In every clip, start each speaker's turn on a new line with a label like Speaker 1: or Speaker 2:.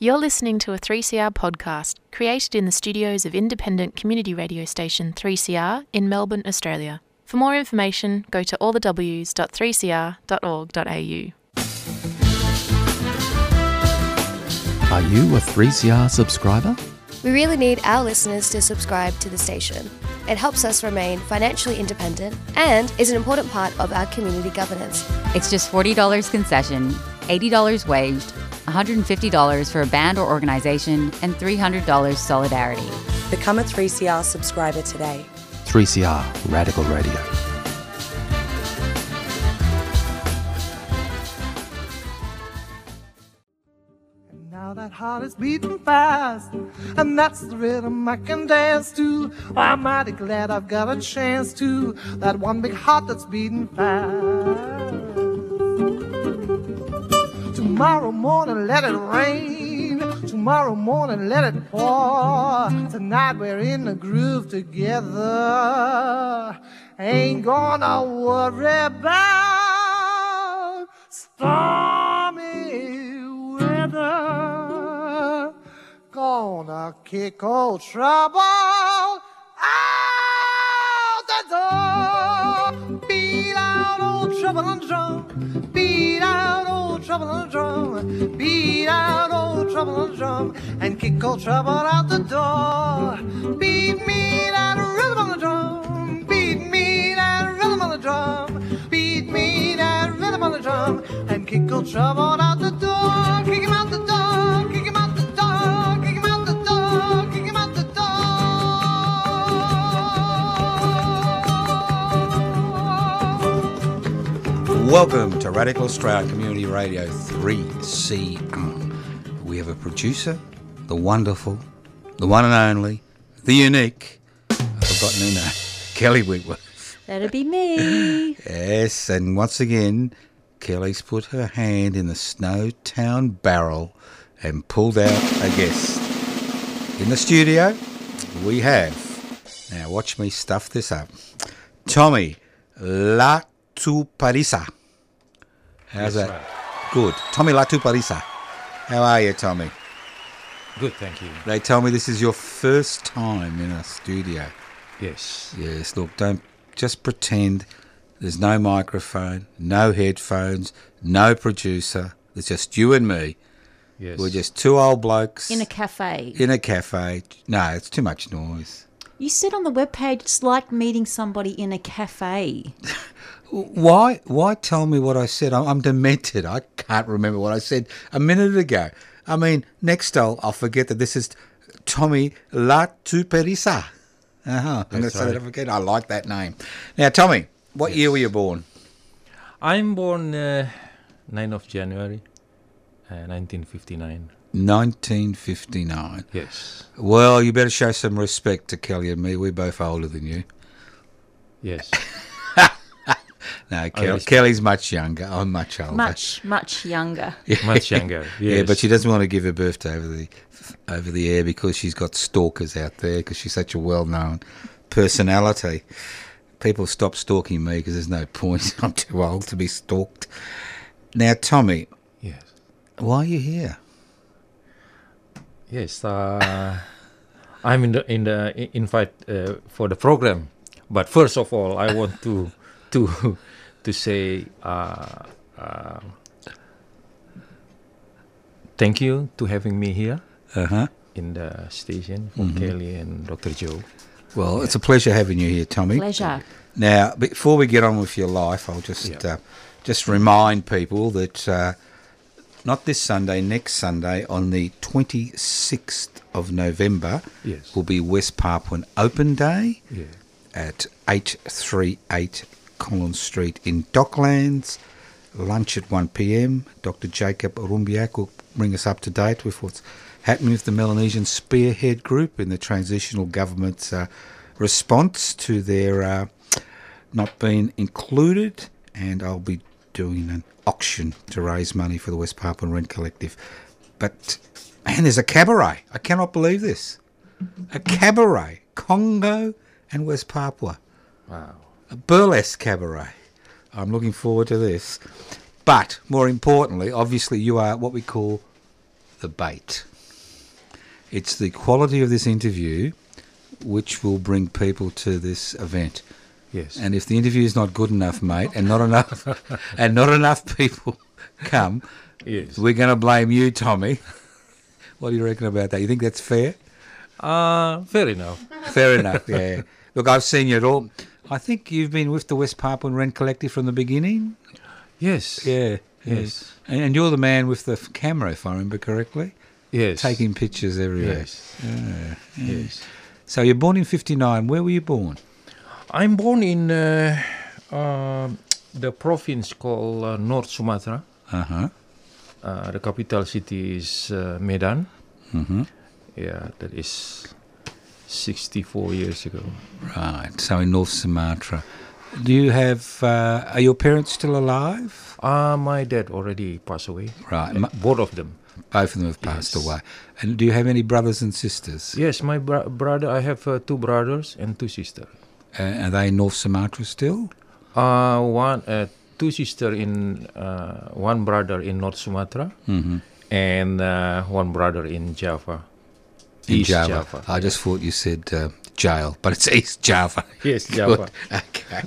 Speaker 1: You're listening to a 3CR podcast created in the studios of independent community radio station 3CR in Melbourne, Australia. For more information, go to allthews.3cr.org.au.
Speaker 2: Are you a 3CR subscriber?
Speaker 3: We really need our listeners to subscribe to the station. It helps us remain financially independent and is an important part of our community governance.
Speaker 4: It's just $40 concession, $80 waged, $150 for a band or organization, and $300 solidarity.
Speaker 5: Become a 3CR subscriber today.
Speaker 2: 3CR Radical Radio.
Speaker 6: And now that heart is beating fast, and that's the rhythm I can dance to. I'm mighty glad I've got a chance to. That one big heart that's beating fast. Tomorrow morning, let it rain. Tomorrow morning, let it pour. Tonight, we're in the groove together. Ain't gonna worry about stormy weather. Gonna kick old trouble out the door. Beat out old trouble and drum. Beat out old trouble and drum. Beat out old trouble and drum. And kick old trouble out the door. Beat me that rhythm on the drum. Beat me that rhythm on the drum. Beat me that rhythm on the drum. And kick old trouble out the door. Kick him out the door. Kick him out the door. Kick him out the door. Kick him out the door.
Speaker 7: Welcome to Radical Australia Community Radio 3CR. We have a producer, the wonderful, the one and only, the unique, I've forgotten her name, Kelly Wentworth.
Speaker 8: That'll be me.
Speaker 7: Yes, and once again, Kelly's put her hand in the Snowtown barrel and pulled out a guest. In the studio, we have, now watch me stuff this up, Tommy La Tuparisa. How's that? Good. Tommy La Tuparisa. How are you, Tommy?
Speaker 9: Good, thank you.
Speaker 7: They tell me this is your first time in a studio.
Speaker 9: Yes.
Speaker 7: Yes, look, don't just pretend there's no microphone, no headphones, no producer. It's just you and me.
Speaker 9: Yes.
Speaker 7: We're just two old blokes
Speaker 8: In a cafe.
Speaker 7: in a cafe. No, it's too much noise.
Speaker 8: You said on the webpage it's like meeting somebody in a cafe.
Speaker 7: Why? Why tell me what I said? I'm, I'm demented. I can't remember what I said a minute ago. I mean, next I'll I'll forget that this is Tommy La Tuperisa. Uh huh. I'm going to
Speaker 9: That's
Speaker 7: say that
Speaker 9: right.
Speaker 7: again. I like that name. Now, Tommy, what year were you born?
Speaker 9: I'm born uh, 9th of January, uh, 1959.
Speaker 7: 1959.
Speaker 9: Yes.
Speaker 7: Well, you better show some respect to Kelly and me. We're both older than you.
Speaker 9: Yes.
Speaker 7: No, Kel-
Speaker 9: respect.
Speaker 7: Kelly's much younger. I'm much older.
Speaker 8: Much, much younger.
Speaker 9: Much younger. Yes.
Speaker 7: Yeah, but she doesn't want to give her birthday over the over the air because she's got stalkers out there because she's such a well-known personality. People stop stalking me because there's no point. I'm too old to be stalked. Now, Tommy,
Speaker 9: Yes.
Speaker 7: why are you here?
Speaker 9: Yes. Uh, I'm in the in the i- invite uh, for the program, but first of all, I want to to to say uh, uh, thank you to having me here
Speaker 7: Uh huh.
Speaker 9: in the station for
Speaker 7: Mm-hmm.
Speaker 9: Kelly and Dr. Joe.
Speaker 7: Well, it's a pleasure having you here, Tommy.
Speaker 8: Pleasure.
Speaker 7: Now, before we get on with your life, I'll just
Speaker 9: Yeah.
Speaker 7: uh, just remind people that uh, not this Sunday, next Sunday, on the twenty sixth of November,
Speaker 9: Yes.
Speaker 7: will be West Papuan Open Day
Speaker 9: Yeah.
Speaker 7: at eight three eight Collins Street in Docklands. Lunch at one p.m. Dr. Jacob Rumbiak will bring us up to date with what's happening with the Melanesian Spearhead Group in the transitional government's uh, response to their. Uh, not been included, and I'll be doing an auction to raise money for the West Papuan Rent Collective. But man, there's a cabaret. I cannot believe this. A cabaret, Congo and West Papua.
Speaker 9: Wow.
Speaker 7: A burlesque cabaret. I'm looking forward to this. But more importantly, obviously, you are what we call the bait. It's the quality of this interview which will bring people to this event.
Speaker 9: Yes.
Speaker 7: And if the interview is not good enough, mate, and not enough, and not enough people come,
Speaker 9: yes.
Speaker 7: we're going to blame you, Tommy. What do you reckon about that? You think that's fair?
Speaker 9: Uh, fair enough.
Speaker 7: Fair enough. Yeah. Look, I've seen you at all. I think you've been with the West Papuan Rent Collective from the beginning.
Speaker 9: Yes.
Speaker 7: Yeah.
Speaker 9: Yes.
Speaker 7: And, and you're the man with the f- camera, if I remember correctly,
Speaker 9: Yes.
Speaker 7: taking pictures everywhere.
Speaker 9: Yes. Yes.
Speaker 7: So you're born in '59. Where were you born?
Speaker 9: I'm born in uh, uh, the province called uh, North Sumatra.
Speaker 7: Uh
Speaker 9: Uh-huh.
Speaker 7: huh.
Speaker 9: Uh, the capital city is uh, Medan.
Speaker 7: Mm-hmm.
Speaker 9: Yeah, that is 64 years ago.
Speaker 7: Right. So in North Sumatra. Do you have? Uh, are your parents still alive?
Speaker 9: Ah, my dad already passed away.
Speaker 7: Right.
Speaker 9: Uh,
Speaker 7: mu-
Speaker 9: Both of them.
Speaker 7: both of them have passed
Speaker 9: Yes.
Speaker 7: away. And do you have any brothers and sisters?
Speaker 9: Yes, my bro- brother. I have uh, two brothers and two sisters.
Speaker 7: Uh, are they in North Sumatra still?
Speaker 9: Uh, one, uh, two sister in uh, one brother in North Sumatra,
Speaker 7: Mm-hmm.
Speaker 9: and uh, one brother in Java,
Speaker 7: In
Speaker 9: East
Speaker 7: Java.
Speaker 9: Java.
Speaker 7: I just thought you said uh, jail, but it's East Java.
Speaker 9: Yes,
Speaker 7: Good.
Speaker 9: Java.
Speaker 7: Okay.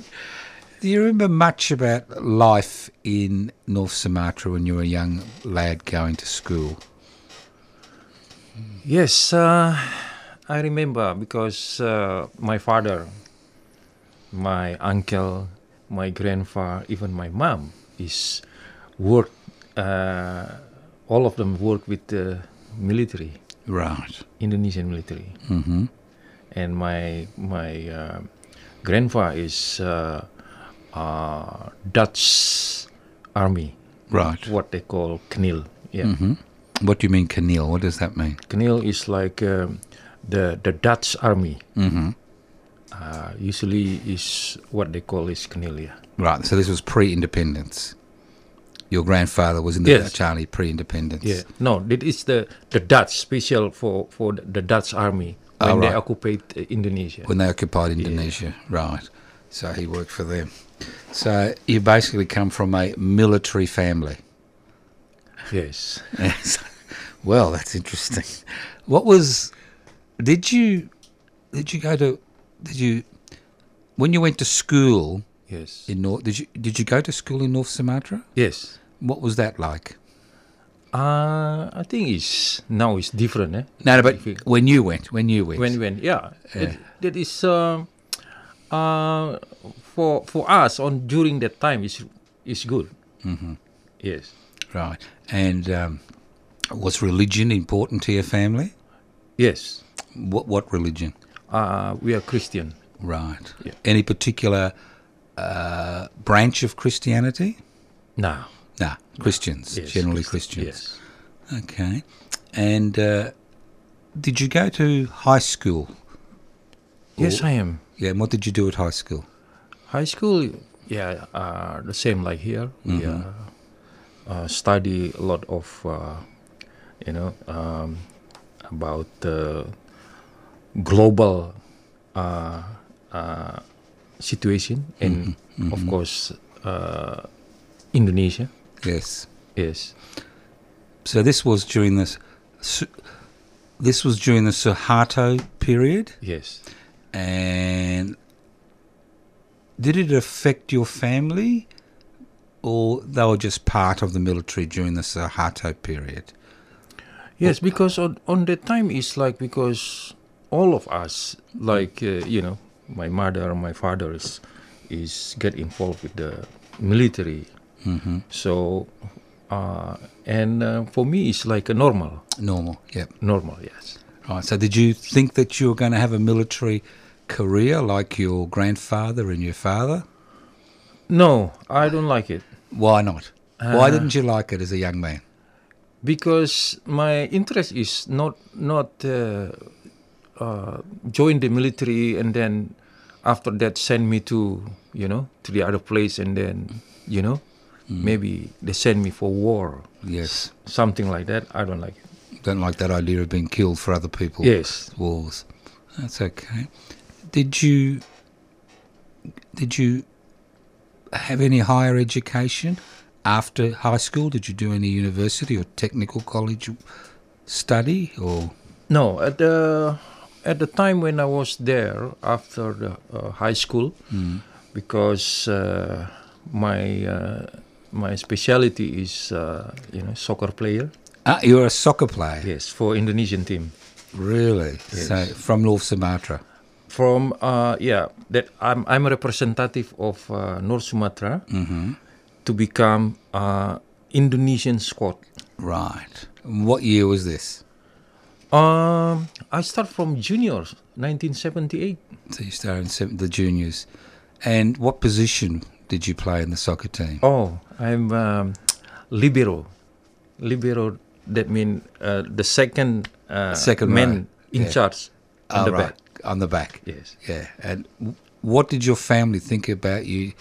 Speaker 7: Do you remember much about life in North Sumatra when you were a young lad going to school?
Speaker 9: Yes, uh, I remember because uh, my father, my uncle, my grandfather, even my mom is work. Uh, all of them work with the military,
Speaker 7: Right.
Speaker 9: Indonesian military.
Speaker 7: Mm-hmm.
Speaker 9: and my my uh, grandpa is uh, uh, Dutch army,
Speaker 7: Right.
Speaker 9: what they call knil.
Speaker 7: Mm-hmm.
Speaker 9: Yeah,
Speaker 7: What do you mean, Canil? What does that mean?
Speaker 9: knil is like um, the the Dutch army.
Speaker 7: Mm-hmm.
Speaker 9: Uh, usually is what they call is knil. Yeah.
Speaker 7: Right. So this was pre-independence. Your grandfather was in the
Speaker 9: Yes.
Speaker 7: Dutch army pre-independence.
Speaker 9: Yeah. No, that is the the Dutch special for for the Dutch army when
Speaker 7: Ah,
Speaker 9: they
Speaker 7: right.
Speaker 9: occupied uh, Indonesia.
Speaker 7: When they occupied Indonesia. Right. So he worked for them. So you basically come from a military family.
Speaker 9: yes.
Speaker 7: Yes. Well, that's interesting. What was? Did you? Did you go to? Did you? When you went to school
Speaker 9: Yes.
Speaker 7: in North, did you did you go to school in North Sumatra?
Speaker 9: yes.
Speaker 7: What was that like?
Speaker 9: Uh, I think it's now it's different. Eh?
Speaker 7: No, no, but
Speaker 9: If you-
Speaker 7: when you went, when you went,
Speaker 9: when when yeah, It, that is um uh, for for us on during that time is is good yes
Speaker 7: right? And um, was religion important to your family?
Speaker 9: yes
Speaker 7: What what religion?
Speaker 9: uh, we are christian
Speaker 7: Right.
Speaker 9: Yeah.
Speaker 7: Any particular uh, branch of Christianity?
Speaker 9: now
Speaker 7: Nah, Christians
Speaker 9: yes.
Speaker 7: generally
Speaker 9: Christi-
Speaker 7: Christians. Okay. And uh, did you go to high school?
Speaker 9: yes yes i am
Speaker 7: Yeah, and what did you do at high school?
Speaker 9: high school yeah uh, the same like here we uh, uh, study a lot of uh, you know um, about uh, global uh, uh, situation and of course uh, Indonesia
Speaker 7: Yes.
Speaker 9: yes
Speaker 7: So this was during this Su- this was during the Suharto period
Speaker 9: yes
Speaker 7: and did it affect your family or they were just part of the military during the Suharto period?
Speaker 9: yes because on, on that time it's like because all of us like uh, you know my mother my father is is get involved with the military
Speaker 7: hmm
Speaker 9: So, uh, and uh, for me, it's like a normal,
Speaker 7: Normal, yep.
Speaker 9: normal, yes.
Speaker 7: Right. So, did you think that you were going to have a military career like your grandfather and your father?
Speaker 9: No, I don't like it
Speaker 7: Why not? Why didn't you like it as a young man?
Speaker 9: because my interest is not not uh, uh, join the military and then after that send me to you know to the other place and then you know maybe they send me for war,
Speaker 7: Yes,
Speaker 9: something like that. I don't like it.
Speaker 7: don't like that idea of being killed for other people.
Speaker 9: Yes,
Speaker 7: wars. That's okay. Did you? Did you have any higher education after high school? Did you do any university or technical college study or?
Speaker 9: No, at the at the time when I was there after the uh, high school, because uh, my uh, my specialty is uh, you know soccer player.
Speaker 7: Ah, you're a soccer player.
Speaker 9: Yes, for Indonesian team.
Speaker 7: Really? So from North Sumatra.
Speaker 9: From uh, yeah, that I'm I'm a representative of uh, North Sumatra to become uh, Indonesian squad.
Speaker 7: Right. And What year was this?
Speaker 9: Um, I start from juniors, 1978.
Speaker 7: So you started in seven, the juniors. And what position did you play in the soccer team?
Speaker 9: Oh, I'm um, libero. Libero. That mean uh, the second uh,
Speaker 7: Second
Speaker 9: man
Speaker 7: row,
Speaker 9: in
Speaker 7: yeah.
Speaker 9: charge on
Speaker 7: Ah,
Speaker 9: the
Speaker 7: right,
Speaker 9: back.
Speaker 7: On the back.
Speaker 9: Yes.
Speaker 7: Yeah. And w- what did your family think about you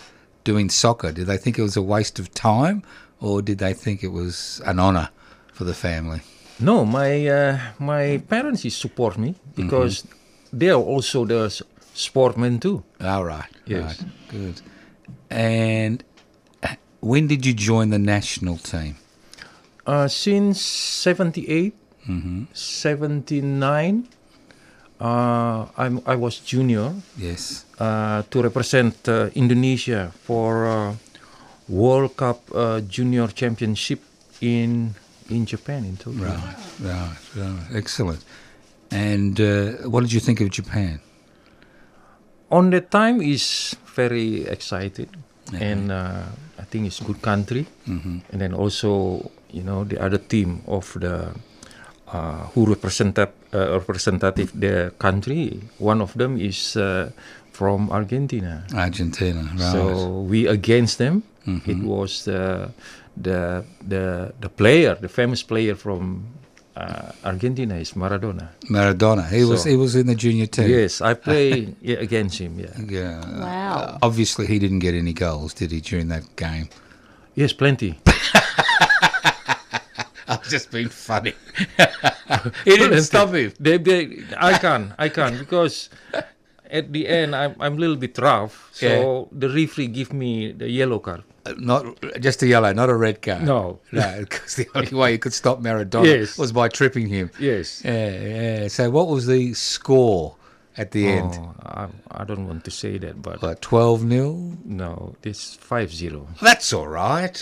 Speaker 7: doing soccer? Did they think it was a waste of time or did they think it was an honour for the family?
Speaker 9: No, my uh, my parents is support me because they are also the s- sportmen too.
Speaker 7: All right.
Speaker 9: Yes.
Speaker 7: Right. Good. And uh, when did you join the national team?
Speaker 9: Uh, since 78, 79, uh, I'm, I was junior
Speaker 7: Yes.
Speaker 9: uh, to represent uh, Indonesia for uh, World Cup uh, Junior Championship in in Japan in Tokyo.
Speaker 7: Right. Right. Right. Excellent. And uh, what did you think of Japan?
Speaker 9: on that time is very excited and uh, I think it's good country and then also you know the other team of the uh, who represented uh, representative the country one of them is uh, from Argentina
Speaker 7: Argentina. Right.
Speaker 9: so we against them it was the the the the player the famous player from uh, Argentina is Maradona
Speaker 7: Maradona. He was
Speaker 9: So-
Speaker 7: he was in the junior team.
Speaker 9: yes I play yeah, against him yeah
Speaker 7: Yeah.
Speaker 8: Wow.
Speaker 7: Obviously, he didn't get any goals, did he, during that game?
Speaker 9: yes plenty
Speaker 7: I've just been funny. he didn't stop him.
Speaker 9: They, they, I can't, I can't because at the end I'm I'm a little bit rough. So
Speaker 7: Yeah.
Speaker 9: the referee give me the yellow card.
Speaker 7: uh, Not just a yellow, not a red card.
Speaker 9: No.
Speaker 7: no, because the only way you could stop Maradona
Speaker 9: Yes.
Speaker 7: was by tripping him.
Speaker 9: Yes.
Speaker 7: Yeah, yeah. So, what was the score at the end?
Speaker 9: Oh, I, I don't want to say that, but
Speaker 7: Like twelve 0
Speaker 9: no, it's 5-0.
Speaker 7: That's all right.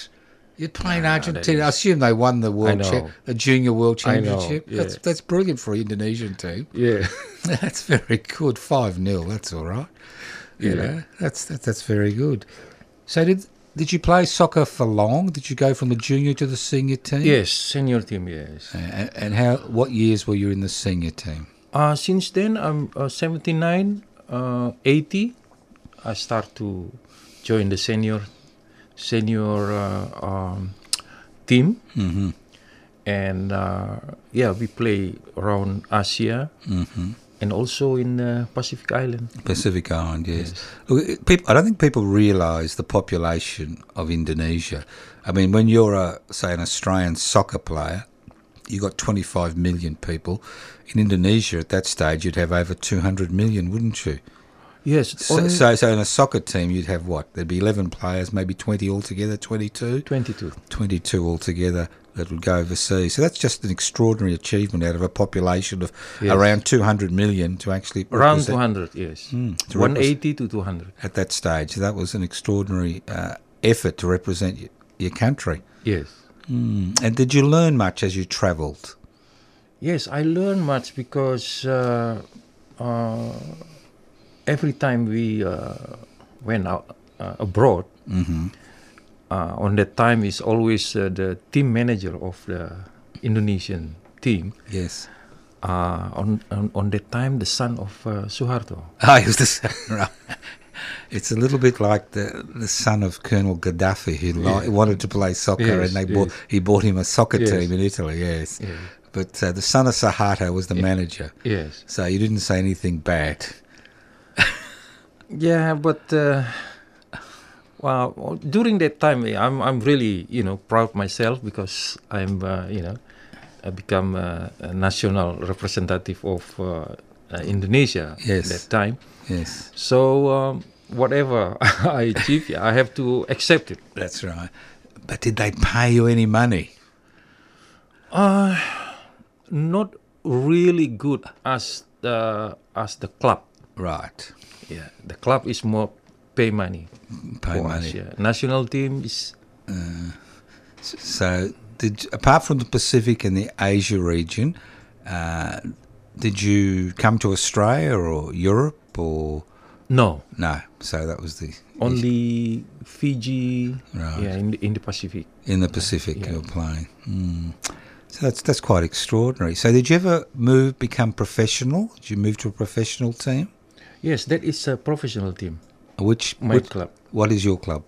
Speaker 7: You're playing Argentina. I assume they won the world,
Speaker 9: know.
Speaker 7: cha- the junior world
Speaker 9: I know,
Speaker 7: championship.
Speaker 9: yeah.
Speaker 7: That's that's brilliant for an Indonesian team.
Speaker 9: Yeah.
Speaker 7: That's very good. Five 0 That's all right. You know, that's that, that's very good. So did did you play soccer for long? Did you go from the junior to the senior team?
Speaker 9: yes, senior team. Yes.
Speaker 7: And, and how? What years were you in the senior team?
Speaker 9: Uh, since then I'm uh, 79, uh, 80. I start to join the senior senior uh, um, team, and uh, yeah, we play around Asia and also in uh, Pacific Island.
Speaker 7: Pacific Island, yes. Look, it- peop I don't think people realise the population of Indonesia. I mean, when you're a say an Australian soccer player, you got 25 million people. In Indonesia, at that stage, you'd have over 200 million, wouldn't you?
Speaker 9: Yes,
Speaker 7: So,
Speaker 9: only
Speaker 7: so, so in a soccer team, you'd have what? There'd be 11 players, maybe 20 altogether, 22?
Speaker 9: 22.
Speaker 7: 22 altogether that would go overseas. So that's just an extraordinary achievement out of a population of
Speaker 9: Yes.
Speaker 7: around 200 million to actually
Speaker 9: Around
Speaker 7: represent-
Speaker 9: 200, yes.
Speaker 7: to
Speaker 9: 180 to 200.
Speaker 7: at that stage. That was an extraordinary uh, effort to represent y- your country.
Speaker 9: Yes.
Speaker 7: And did you learn much as you travelled?
Speaker 9: Yes, I learn much because uh, uh, every time we uh, went out uh, abroad, uh, on that time is always uh, the team manager of the Indonesian team.
Speaker 7: Yes.
Speaker 9: Uh, on, on on that time, the son of uh, Suharto.
Speaker 7: Ah, it was the son. Right. It's a little bit like the the son of Colonel Gaddafi who li- wanted to play soccer,
Speaker 9: Yes,
Speaker 7: and they bought he bought him a soccer
Speaker 9: Yes.
Speaker 7: team in Italy. Yes. But uh, the son of Suharto was the manager,
Speaker 9: Yes.
Speaker 7: so you didn't say anything bad.
Speaker 9: Yeah, but uh, well, during that time, eh, I'm I'm really you know proud myself because I'm uh, you know I become a, a national representative of uh, uh, Indonesia
Speaker 7: Yes.
Speaker 9: that time.
Speaker 7: Yes,
Speaker 9: So um, whatever I achieve, yeah, I have to accept it.
Speaker 7: that's right. But did they pay you any money?
Speaker 9: not really good as the as the club.
Speaker 7: Right.
Speaker 9: Yeah, the club is more pay money.
Speaker 7: Pay
Speaker 9: for us,
Speaker 7: money.
Speaker 9: yeah. National team is
Speaker 7: So, did apart from the Pacific and the Asia region, uh, did you come to Australia or Europe or
Speaker 9: no
Speaker 7: no? So that was the
Speaker 9: only Fiji.
Speaker 7: Right.
Speaker 9: Yeah, in the, in the Pacific.
Speaker 7: in the Pacific
Speaker 9: Yeah.
Speaker 7: you're playing. Mm. So that's that's quite extraordinary. So did you ever move become professional? Did you move to a professional team?
Speaker 9: Yes, that is a professional team.
Speaker 7: Which
Speaker 9: My
Speaker 7: which-
Speaker 9: club.
Speaker 7: What is your club?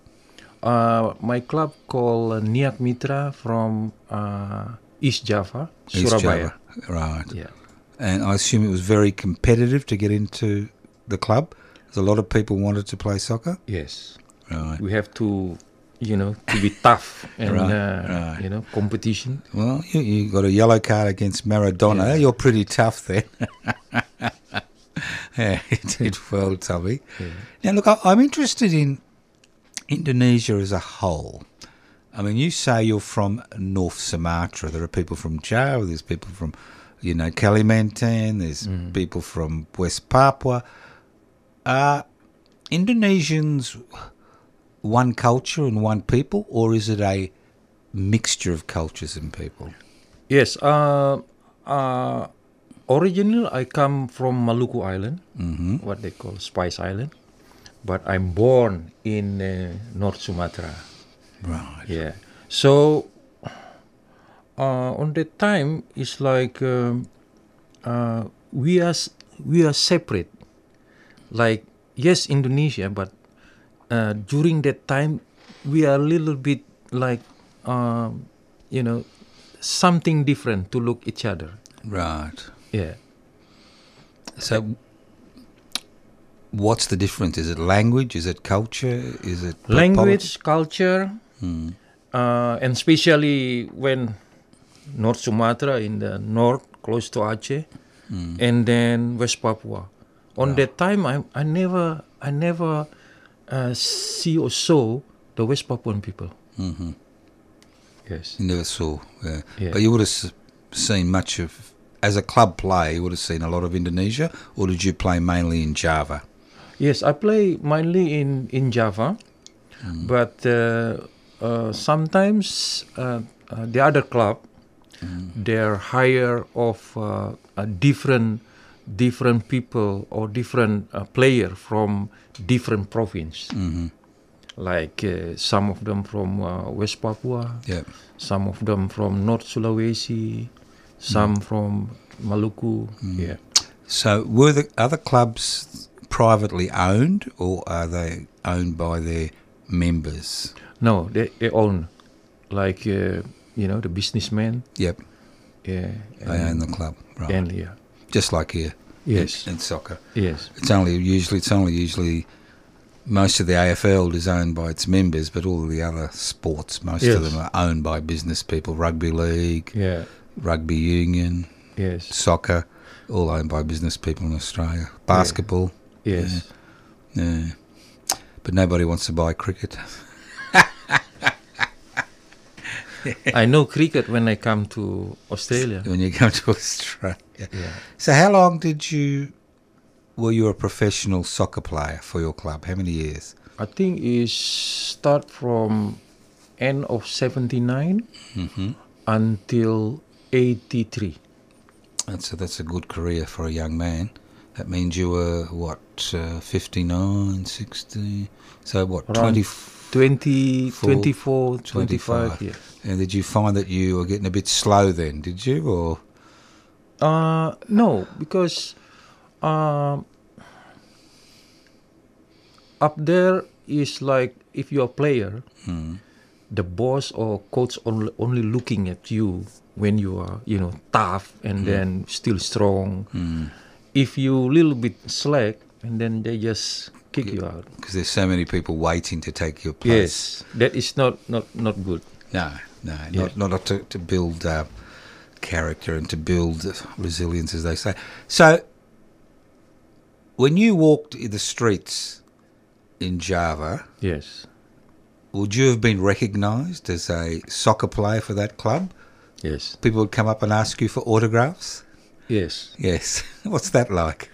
Speaker 9: Uh, my club called uh, Niak Mitra from uh, East Java,
Speaker 7: East Java.
Speaker 9: Surabaya.
Speaker 7: Right.
Speaker 9: Yeah.
Speaker 7: And I assume it was very competitive to get into the club. There's a lot of people wanted to play soccer.
Speaker 9: Yes.
Speaker 7: Right.
Speaker 9: We have to, you know, to be tough and
Speaker 7: Right,
Speaker 9: uh,
Speaker 7: right.
Speaker 9: you know competition.
Speaker 7: Well, you, you got a yellow card against Maradona.
Speaker 9: Yeah.
Speaker 7: You're pretty tough then. yeah, you did well, Tubby. Now, look, I, I'm interested in Indonesia as a whole. I mean, you say you're from North Sumatra. There are people from Java. There's people from, you know, Kalimantan. There's people from West Papua. Are Indonesians one culture and one people, or is it a mixture of cultures and people?
Speaker 9: Yes. Uh, uh, originally, I come from Maluku Island, what they call Spice Island, but I'm born in uh, North Sumatra.
Speaker 7: Right.
Speaker 9: Yeah. So uh, on that time, it's like um, uh, we are s- we are separate. Like yes, Indonesia, but uh, during that time, we are a little bit like um, you know something different to look each other.
Speaker 7: Right.
Speaker 9: Yeah.
Speaker 7: So, what's the difference? Is it language? Is it culture? Is it Hmm. po-
Speaker 9: language, culture, uh, and especially when North Sumatra in the north, close to Aceh, and then West Papua. On that time, I, I never, I never uh, see or saw the West Papuan people. Mm-hmm. Yes.
Speaker 7: You never saw. Yeah.
Speaker 9: Yeah.
Speaker 7: But you would have s- seen much of. As a club player, you would have seen a lot of Indonesia, or did you play mainly in Java?
Speaker 9: Yes, I play mainly in in Java, but uh, uh, sometimes uh, uh, the other club they're hire of uh, a different different people or different uh, player from different province. Like uh, some of them from uh, West Papua,
Speaker 7: Yeah.
Speaker 9: some of them from North Sulawesi, some from Maluku. Yeah.
Speaker 7: So, were the other clubs privately owned, or are they owned by their members?
Speaker 9: No, they, they own, like uh, you know, the businessman.
Speaker 7: Yep,
Speaker 9: Yeah. And,
Speaker 7: they own the club, right?
Speaker 9: and Um, yeah.
Speaker 7: Just like here.
Speaker 9: Yes.
Speaker 7: in soccer.
Speaker 9: Yes.
Speaker 7: It's only usually it's only usually most of the AFL is owned by its members, but all the other sports, most of
Speaker 9: Yes.
Speaker 7: them are owned by business people. Rugby league,
Speaker 9: Yeah.
Speaker 7: rugby union,
Speaker 9: Yes.
Speaker 7: soccer, all owned by business people in Australia. Basketball,
Speaker 9: Yes.
Speaker 7: yeah, but nobody wants to buy cricket.
Speaker 9: I know cricket when I come to Australia.
Speaker 7: when you go to Australia. So, how long did you? Were you a professional soccer player for your club? How many years?
Speaker 9: I think is start from end of 79 until 83.
Speaker 7: That's a, that's a good career for a young man. That means you were, what, uh, 59, 60? So, what,
Speaker 9: Around
Speaker 7: 20,
Speaker 9: 20,
Speaker 7: Four,
Speaker 9: 24,
Speaker 7: 25?
Speaker 9: 25. Yeah.
Speaker 7: And did you find that you were getting a bit slow then, did you? Or
Speaker 9: Uh, no, because um, up there is like if you're a player, the boss or coach only, only looking at you when you are, you know, tough and then still strong. If you little bit slack, and then they just kick you out.
Speaker 7: because there's so many people waiting to take your place?
Speaker 9: Yes, that is not not not good.
Speaker 7: No, no,
Speaker 9: Yeah.
Speaker 7: not, not to, to build uh, character and to build resilience, as they say. So, when you walked in the streets in Java,
Speaker 9: Yes.
Speaker 7: would you have been recognised as a soccer player for that club?
Speaker 9: Yes.
Speaker 7: People would come up and ask you for autographs.
Speaker 9: Yes.
Speaker 7: Yes. What's that like?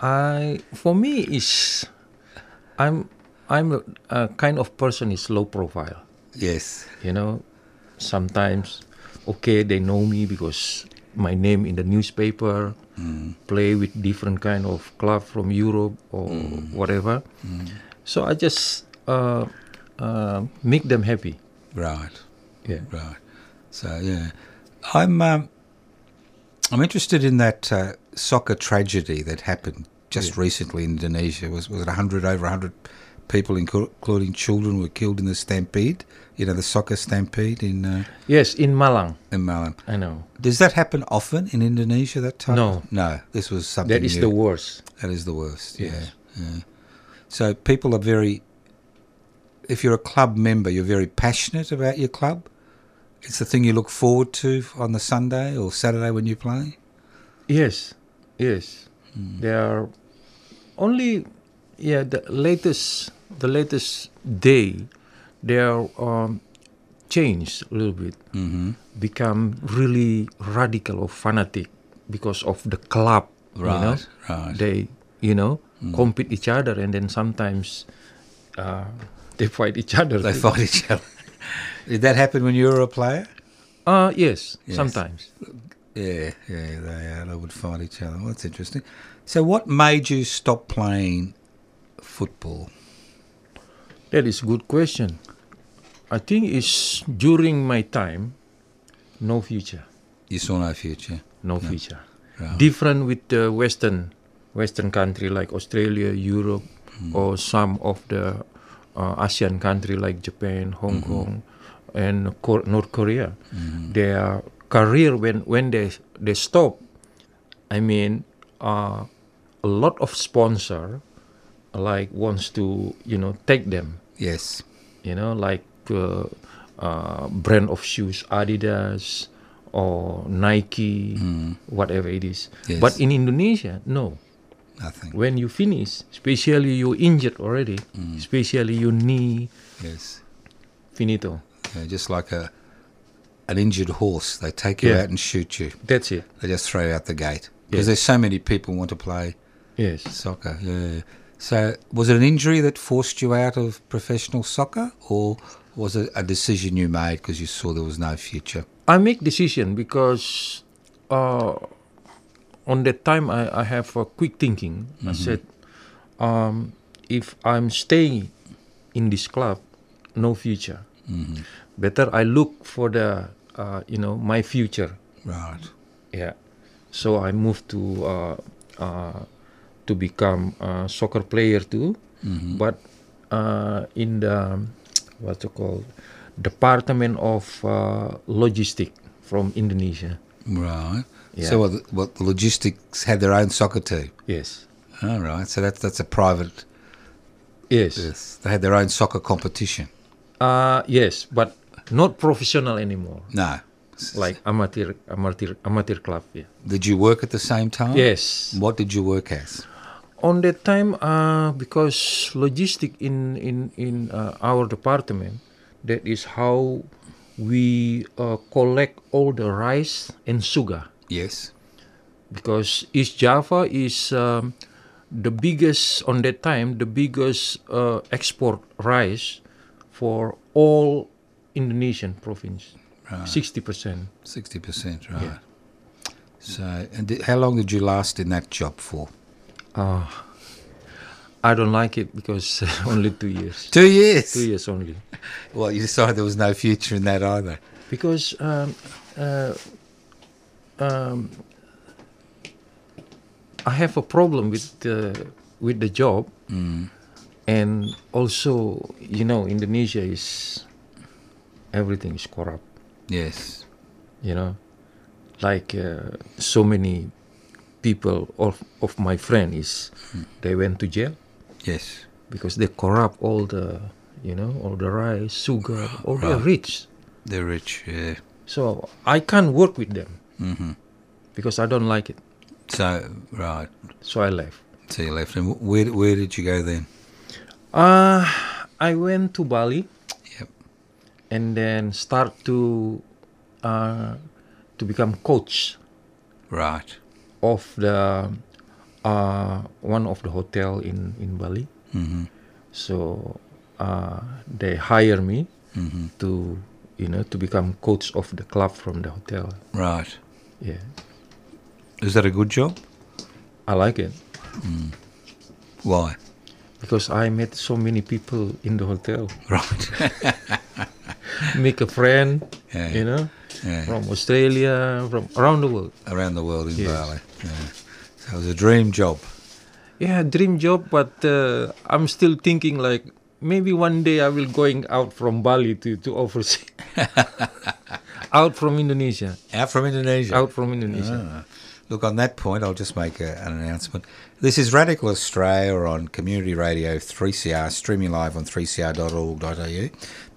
Speaker 9: I for me is I'm I'm a, a kind of person is low profile.
Speaker 7: Yes.
Speaker 9: You know, sometimes okay they know me because my name in the newspaper,
Speaker 7: Mm.
Speaker 9: play with different kind of club from Europe or
Speaker 7: Mm.
Speaker 9: whatever. So I just uh, uh, make them happy.
Speaker 7: Right.
Speaker 9: Yeah.
Speaker 7: Right. So yeah, I'm um, I'm interested in that uh, soccer tragedy that happened just recently in Indonesia. Was was it 100 over 100 people, inclu- including children, were killed in the stampede? You know, the soccer stampede in uh,
Speaker 9: Yes, in Malang.
Speaker 7: in Malam.
Speaker 9: I know.
Speaker 7: Does that happen often in Indonesia? That type?
Speaker 9: No.
Speaker 7: of- no. This was something.
Speaker 9: That is
Speaker 7: new.
Speaker 9: the worst.
Speaker 7: That is the worst.
Speaker 9: Yes.
Speaker 7: Yeah. yeah. So people are very. If you're a club member, you're very passionate about your club. It's the thing you look forward to on the Sunday or Saturday when you play.
Speaker 9: Yes, yes. They are only, yeah. The latest, the latest day, they are um, changed a little bit, mm-hmm. become really radical or fanatic because of the club. you know?
Speaker 7: Right, right. Mm.
Speaker 9: They, you know, compete each other, and then sometimes uh, they fight each other.
Speaker 7: They fight each other. Did that happen when you were a player?
Speaker 9: Uh, yes, sometimes.
Speaker 7: Yeah, yeah, they are. They would fight each other. Well, that's interesting. So, what made you stop playing football?
Speaker 9: That is good question. I think it's during my time, no future,
Speaker 7: You saw no future.
Speaker 9: no future. Different with the Western, Western country like Australia, Europe, or some of the uh, ASEAN country like Japan, Hong Kong, and Cor- North Korea. Their career when when they they stop, I mean, uh, a lot of sponsor like wants to you know take them
Speaker 7: Yes.
Speaker 9: you know, like uh, uh, brand of shoes, Adidas or Nike, whatever it is.
Speaker 7: Yes.
Speaker 9: But in Indonesia, no.
Speaker 7: Nothing.
Speaker 9: When you finish, especially you injured already, especially your knee,
Speaker 7: yes.
Speaker 9: finito.
Speaker 7: Yeah, just like a an injured horse, they take you
Speaker 9: Yeah.
Speaker 7: out and shoot you.
Speaker 9: That's it.
Speaker 7: They just throw you out the gate because
Speaker 9: Yes.
Speaker 7: there's so many people want to play
Speaker 9: Yes.
Speaker 7: soccer. Yeah. So was it an injury that forced you out of professional soccer, or was it a decision you made because you saw there was no future?
Speaker 9: I make decision because uh, on that time I, I have a quick thinking. I said, um, if I'm staying in this club, no future. Better I look for the uh, you know my future.
Speaker 7: Right.
Speaker 9: Yeah. So I moved to uh, uh, to become a soccer player too, but uh, in the what's it called department of uh, logistic from Indonesia.
Speaker 7: Right.
Speaker 9: Yeah.
Speaker 7: So what, the- what the logistics had their own soccer team.
Speaker 9: Yes.
Speaker 7: All right. So that's that's a private.
Speaker 9: Yes.
Speaker 7: Yes. They had their own soccer competition.
Speaker 9: Uh, yes, but not professional anymore.
Speaker 7: No.
Speaker 9: Like amateur, amateur, amateur club. Yeah.
Speaker 7: Did you work at the same time?
Speaker 9: Yes.
Speaker 7: What did you work as?
Speaker 9: on that time uh, because logistic in in in uh, our department that is how we uh, collect all the rice and sugar
Speaker 7: Yes.
Speaker 9: because East Java is um, the biggest on that time the biggest uh, export rice for all Indonesian province 60%
Speaker 7: Sixty percent, right? So, and di- how long did you last in that job for?
Speaker 9: I don't like it because only 2 years
Speaker 7: Two years.
Speaker 9: 2 years only
Speaker 7: Well, you decided there was no future in that either.
Speaker 9: because um, uh, um, I have a problem with the with the job, and also you know Indonesia is everything is corrupt.
Speaker 7: Yes.
Speaker 9: You know, like uh, so many people of of my friend is they went to jail
Speaker 7: Yes.
Speaker 9: because they corrupt all the you know all the rice, sugar, all the rich.
Speaker 7: They're rich. Yeah.
Speaker 9: So I can't work with them because I don't like it.
Speaker 7: So right.
Speaker 9: So I left.
Speaker 7: So you left, and wh- where where did you go then?
Speaker 9: Uh, I went to Bali
Speaker 7: Yep.
Speaker 9: and then start to uh, to become coach
Speaker 7: Right.
Speaker 9: of the uh, one of the hotel in in Bali. So uh, they hire me to you know to become coach of the club from the hotel.
Speaker 7: Right.
Speaker 9: Yeah,
Speaker 7: Is that a good job?
Speaker 9: I like it
Speaker 7: Why?
Speaker 9: because I met so many people in the hotel.
Speaker 7: Right.
Speaker 9: Make a friend,
Speaker 7: Yeah.
Speaker 9: you know,
Speaker 7: Yeah.
Speaker 9: from Australia, from around the world.
Speaker 7: Around the world in
Speaker 9: Yes.
Speaker 7: Bali. Yeah. So it was a dream job.
Speaker 9: Yeah, dream job, but uh, I'm still thinking like maybe one day I will going out from Bali to to overseas, out from Indonesia,
Speaker 7: Out from Indonesia.
Speaker 9: out from
Speaker 7: Ah.
Speaker 9: Indonesia.
Speaker 7: Look, on that point, I'll just make a, an announcement. This is Radical Australia on Community Radio 3CR, streaming live on 3cr.org.au.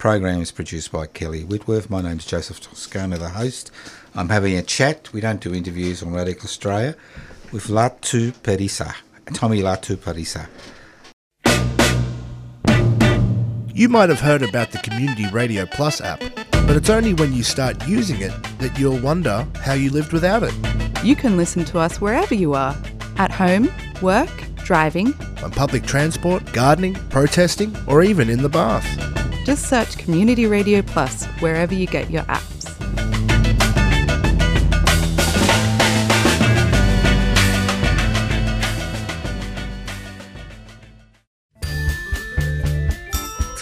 Speaker 7: Program is produced by Kelly Whitworth. My name's Joseph Toscano, the host. I'm having a chat. We don't do interviews on Radical Australia with Latu Perisa, Tommy Latu Perisa.
Speaker 10: You might have heard about the Community Radio Plus app, but it's only when you start using it that you'll wonder how you lived without it.
Speaker 11: You can listen to us wherever you are at home, work, driving.
Speaker 10: On public transport, gardening, protesting, or even in the bath.
Speaker 11: Just search Community Radio Plus wherever you get your apps.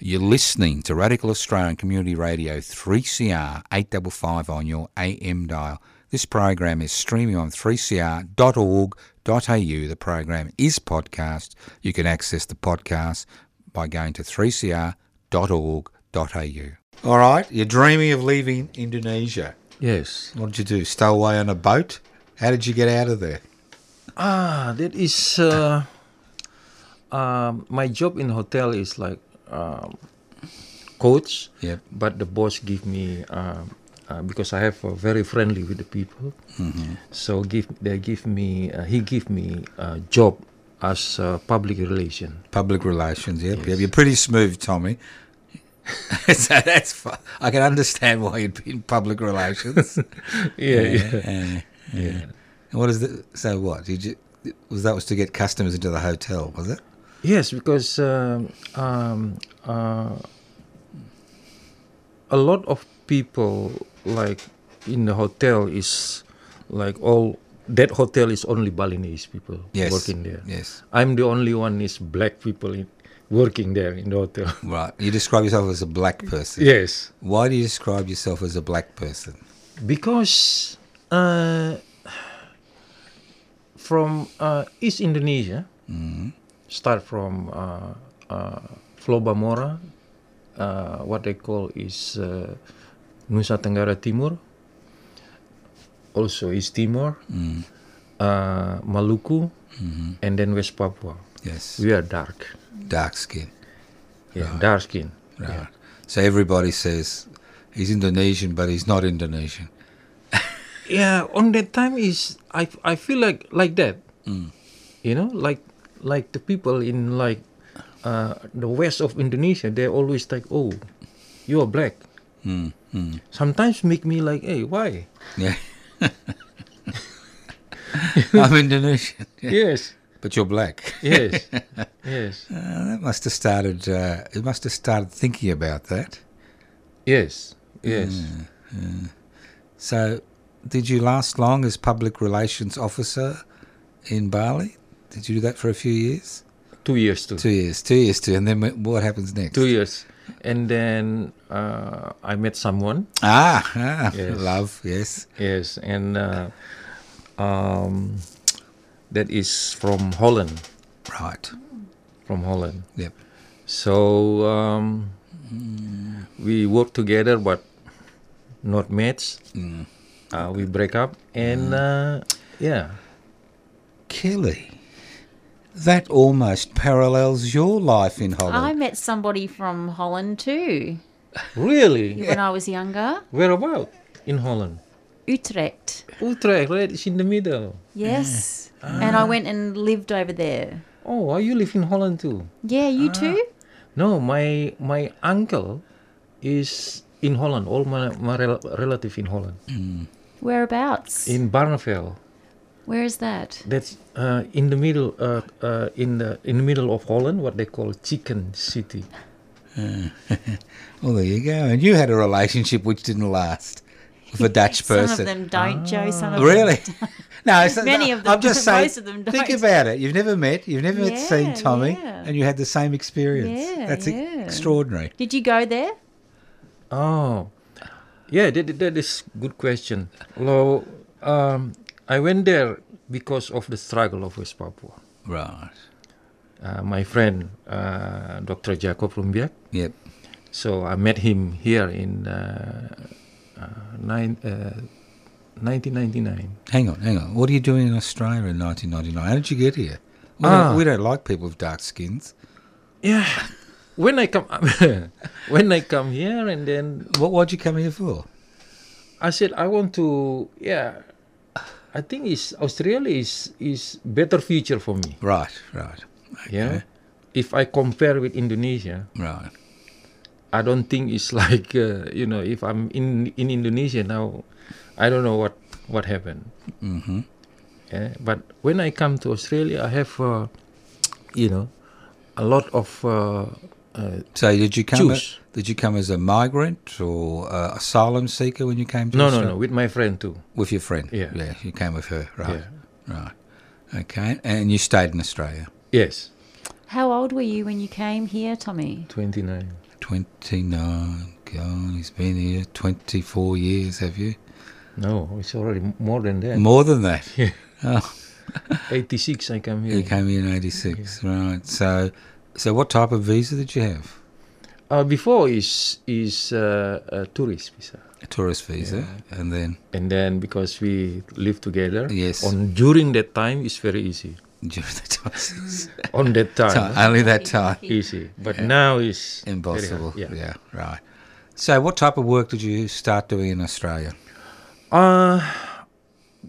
Speaker 7: You're listening to Radical Australian Community Radio 3CR 855 on your AM dial. This program is streaming on 3cr.org.au. The program is podcast. You can access the podcast by going to 3cr.org.au. All right, you're dreaming of leaving Indonesia.
Speaker 9: Yes.
Speaker 7: What did you do? Stow away on a boat? How did you get out of there?
Speaker 9: Ah, that is uh, um, my job in hotel is like um, coach.
Speaker 7: Yep.
Speaker 9: But the boss give me um uh, because I have uh, very friendly with the people, Mm-hmm. so give they give me uh, he give me a job as uh, public relation.
Speaker 7: Public relations, yep, yep. You're pretty smooth, Tommy. so that's fine. I can understand why you'd be in public relations.
Speaker 9: Yeah, yeah.
Speaker 7: yeah, yeah. And what is the so what? Did you was that was to get customers into the hotel, was it?
Speaker 9: Yes, because um, um, uh, a lot of people like in the hotel is like all that hotel is only Balinese people
Speaker 7: Yes,
Speaker 9: working there.
Speaker 7: yes.
Speaker 9: I'm the only one is black people in, working there in the hotel.
Speaker 7: Right. You describe yourself as a black person.
Speaker 9: yes,
Speaker 7: Why do you describe yourself as a black person?
Speaker 9: because uh, from uh, East Indonesia, start from uh, uh, Flobamora, uh, what they call is uh, Nusa Tenggara Timur, also East Timor, uh, Maluku, and then West Papua.
Speaker 7: Yes.
Speaker 9: We are dark,
Speaker 7: Dark skin.
Speaker 9: yeah, dark skin.
Speaker 7: Right. So everybody says he's Indonesian but he's not Indonesian.
Speaker 9: yeah on that time is i i feel like like that you know like like the people in like uh the west of indonesia they always like oh you are black sometimes make me like hey why
Speaker 7: Yeah. I'm Indonesian.
Speaker 9: yes
Speaker 7: But you're black.
Speaker 9: yes yes
Speaker 7: Uh, that must have started. Uh, it must have started thinking about that.
Speaker 9: yes yes
Speaker 7: So, did you last long as public relations officer in Bali? Did you do that for a few years?
Speaker 9: two years too
Speaker 7: Two years, two years, two, and then wh- what happens next?
Speaker 9: two years and then uh i met someone
Speaker 7: Ah, ah
Speaker 9: Yes.
Speaker 7: love, yes,
Speaker 9: yes and uh um that is from holland
Speaker 7: right,
Speaker 9: from holland
Speaker 7: yep,
Speaker 9: So um, We work together, but not mates. Uh, we break up, and uh, yeah,
Speaker 7: Kelly, that almost parallels your life in
Speaker 8: I
Speaker 7: Holland.
Speaker 8: met somebody from Holland too
Speaker 9: really.
Speaker 8: when I was younger.
Speaker 9: Where about in Holland?
Speaker 8: Utrecht.
Speaker 9: Utrecht, right? It's in the middle.
Speaker 8: Yes. And I went and lived over there.
Speaker 9: Oh, you live in Holland too?
Speaker 8: Yeah, you too?
Speaker 9: No, my my uncle is in Holland. All my my rel- relative in Holland.
Speaker 8: Whereabouts?
Speaker 9: In Barneveld.
Speaker 8: Where is that?
Speaker 9: That's uh, in the middle uh, uh, in the in the middle of Holland, what they call Chicken City.
Speaker 7: well, there you go. And you had a relationship which didn't last with a Dutch
Speaker 8: Some
Speaker 7: person.
Speaker 8: of them don't, Joe. Some of
Speaker 7: really?
Speaker 8: them.
Speaker 7: no, it's not-
Speaker 8: Many
Speaker 7: no,
Speaker 8: of them
Speaker 7: I'm just
Speaker 8: don't.
Speaker 7: saying.
Speaker 8: Most of them
Speaker 7: Think
Speaker 8: don't.
Speaker 7: about it. You've never met. You've never
Speaker 8: Yeah,
Speaker 7: seen Tommy,
Speaker 8: yeah.
Speaker 7: and you had the same experience.
Speaker 8: Yeah,
Speaker 7: That's e-
Speaker 8: yeah.
Speaker 7: extraordinary.
Speaker 8: Did you go there?
Speaker 9: Oh, yeah, that, that is good question. Well, um, I went there because of the struggle of West Papua.
Speaker 7: Right.
Speaker 9: Uh, my friend, uh, Dr. Jacob Lumbiak.
Speaker 7: Yep.
Speaker 9: So I met him here in uh, uh, nine, uh, 1999.
Speaker 7: Hang on, hang on. What are you doing in Australia in 1999? How did you get here? We,
Speaker 9: Ah.
Speaker 7: don't, we don't like people with dark skins.
Speaker 9: Yeah. When I come, when I come here, and then
Speaker 7: what? What'd you come here for?
Speaker 9: I said I want to. Yeah, I think is Australia is is better future for me.
Speaker 7: Right, right.
Speaker 9: Yeah, if I compare with Indonesia,
Speaker 7: right.
Speaker 9: I don't think it's like uh, you know if I'm in in Indonesia now, I don't know what what happened.
Speaker 7: Mm-hmm.
Speaker 9: Yeah, but when I come to Australia, I have uh, you know a lot of. Uh, uh,
Speaker 7: So did you come?
Speaker 9: Jews.
Speaker 7: a- did you come as a migrant or uh, asylum seeker when you came to?
Speaker 9: no, no,
Speaker 7: Australia?
Speaker 9: no, with my friend too.
Speaker 7: With your friend.
Speaker 9: Yeah.
Speaker 7: Yeah, you came with her. Right. Right. Okay. And you stayed in Australia.
Speaker 9: Yes.
Speaker 8: How old were you when you came here, Tommy?
Speaker 9: 29.
Speaker 7: 29. God, he's been here 24 years, have you?
Speaker 9: No, it's already m- more than that.
Speaker 7: More than that.
Speaker 9: Yeah.
Speaker 7: Oh,
Speaker 9: 86 I come here.
Speaker 7: you came here in 86. Right. So, so what type of visa did you have?
Speaker 9: Uh, before is is uh, a tourist visa.
Speaker 7: A tourist visa. And then?
Speaker 9: And then because we live together.
Speaker 7: Yes.
Speaker 9: On during that time it's very easy.
Speaker 7: During that time.
Speaker 9: on that time.
Speaker 7: So only that time.
Speaker 9: Easy. But
Speaker 7: Yeah.
Speaker 9: now is very hard.
Speaker 7: Impossible.
Speaker 9: Yeah.
Speaker 7: yeah. Right. So, what type of work did you start doing in Australia?
Speaker 9: Uh,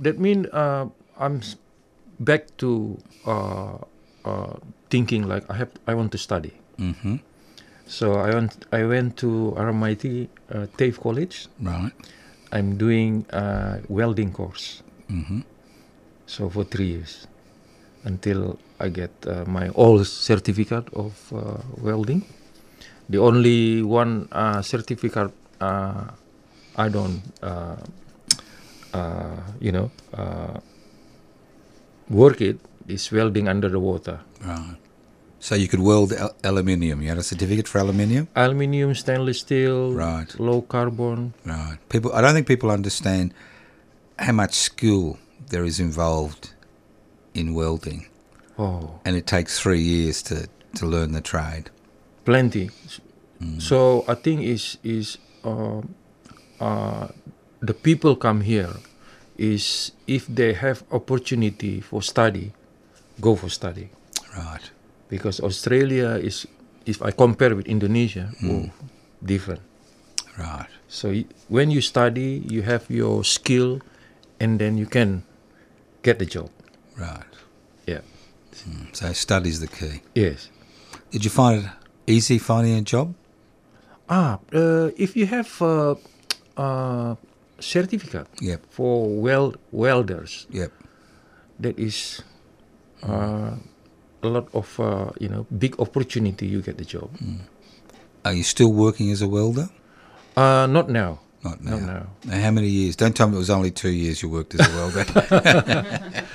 Speaker 9: that mean uh, I'm s- back to uh, uh, thinking like I have I want to study.
Speaker 7: Mm-hmm.
Speaker 9: So I went I went to RMIT uh, TAFE College.
Speaker 7: Right.
Speaker 9: I'm doing a welding course.
Speaker 7: Mhm.
Speaker 9: So for three years, until I get uh, my old certificate of uh, welding. The only one uh, certificate uh, I don't, uh, uh, you know, uh, work it is welding under the water.
Speaker 7: Right. So you could weld al- aluminium. You had a certificate for aluminium.
Speaker 9: Aluminium, stainless steel,
Speaker 7: Right.
Speaker 9: low carbon.
Speaker 7: Right. People, I don't think people understand how much skill there is involved in welding,
Speaker 9: Oh,
Speaker 7: and it takes three years to, to learn the trade.
Speaker 9: plenty. S- So I think is is uh, uh, the people come here is if they have opportunity for study, go for study.
Speaker 7: Right.
Speaker 9: Because Australia is, if I compare with Indonesia, oh, different.
Speaker 7: Right.
Speaker 9: So y- when you study, you have your skill, and then you can get the job.
Speaker 7: Right.
Speaker 9: Yeah.
Speaker 7: Mm. So study's the key.
Speaker 9: Yes.
Speaker 7: Did you find it easy finding a job?
Speaker 9: Ah, uh, if you have uh, uh, certificate
Speaker 7: Yep.
Speaker 9: for weld welders,
Speaker 7: Yep.
Speaker 9: that is uh, a lot of uh, you know big opportunity. You get the job.
Speaker 7: Are you still working as a welder?
Speaker 9: Uh, not now.
Speaker 7: Not now.
Speaker 9: Not now.
Speaker 7: Now, how many years? Don't tell me it was only two years you worked as a welder.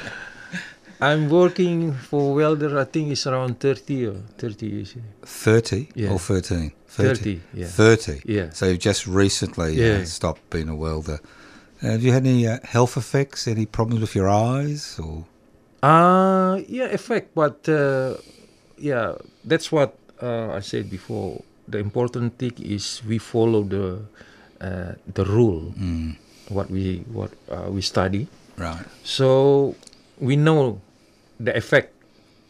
Speaker 9: I'm working for welder. I think it's around thirty or thirty years. yeah.
Speaker 7: 30
Speaker 9: Yeah.
Speaker 7: or 13?
Speaker 9: 30, yeah.
Speaker 7: 30.
Speaker 9: Yeah.
Speaker 7: So you've just recently uh,
Speaker 9: Yeah.
Speaker 7: stopped being a welder. Uh, have you had any uh, health effects, any problems with your eyes? or
Speaker 9: Uh yeah, effect, but uh, yeah, that's what uh, I said before. the important thing is we follow the uh, the rule what we what uh, we study.
Speaker 7: Right.
Speaker 9: So we know the effect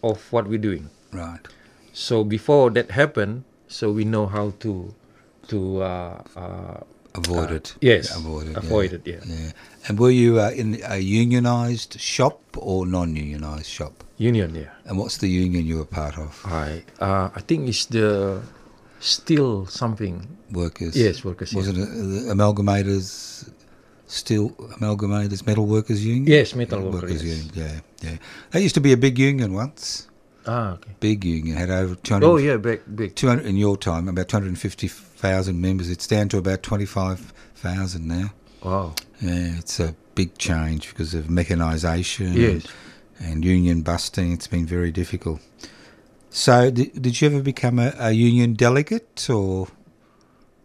Speaker 9: of what we're doing.
Speaker 7: Right.
Speaker 9: So before that happened, so we know how to to uh, uh,
Speaker 7: Avoid
Speaker 9: uh,
Speaker 7: it.
Speaker 9: Yes.
Speaker 7: Avoid it.
Speaker 9: Avoid it. Yeah.
Speaker 7: And were you uh, in a unionised shop or non-unionised shop?
Speaker 9: Union, yeah.
Speaker 7: And what's the union you were part of?
Speaker 9: I uh, I think it's the still something
Speaker 7: workers.
Speaker 9: Yes, workers.
Speaker 7: Was
Speaker 9: yeah.
Speaker 7: it a, the amalgamators? Steel amalgamators, metal workers union.
Speaker 9: Yes, metal workers, yes.
Speaker 7: union. Yeah, yeah. That used to be a big union once.
Speaker 9: Ah, okay.
Speaker 7: Big union had over two hundred.
Speaker 9: Oh, yeah, big- big.
Speaker 7: Two hundred in your time, about two hundred and fifty thousand members. It's down to about twenty-five thousand now.
Speaker 9: Wow.
Speaker 7: Yeah, it's a big change because of mechanisation.
Speaker 9: Yes.
Speaker 7: And, and union busting. It's been very difficult. So, did, did you ever become a, a union delegate or?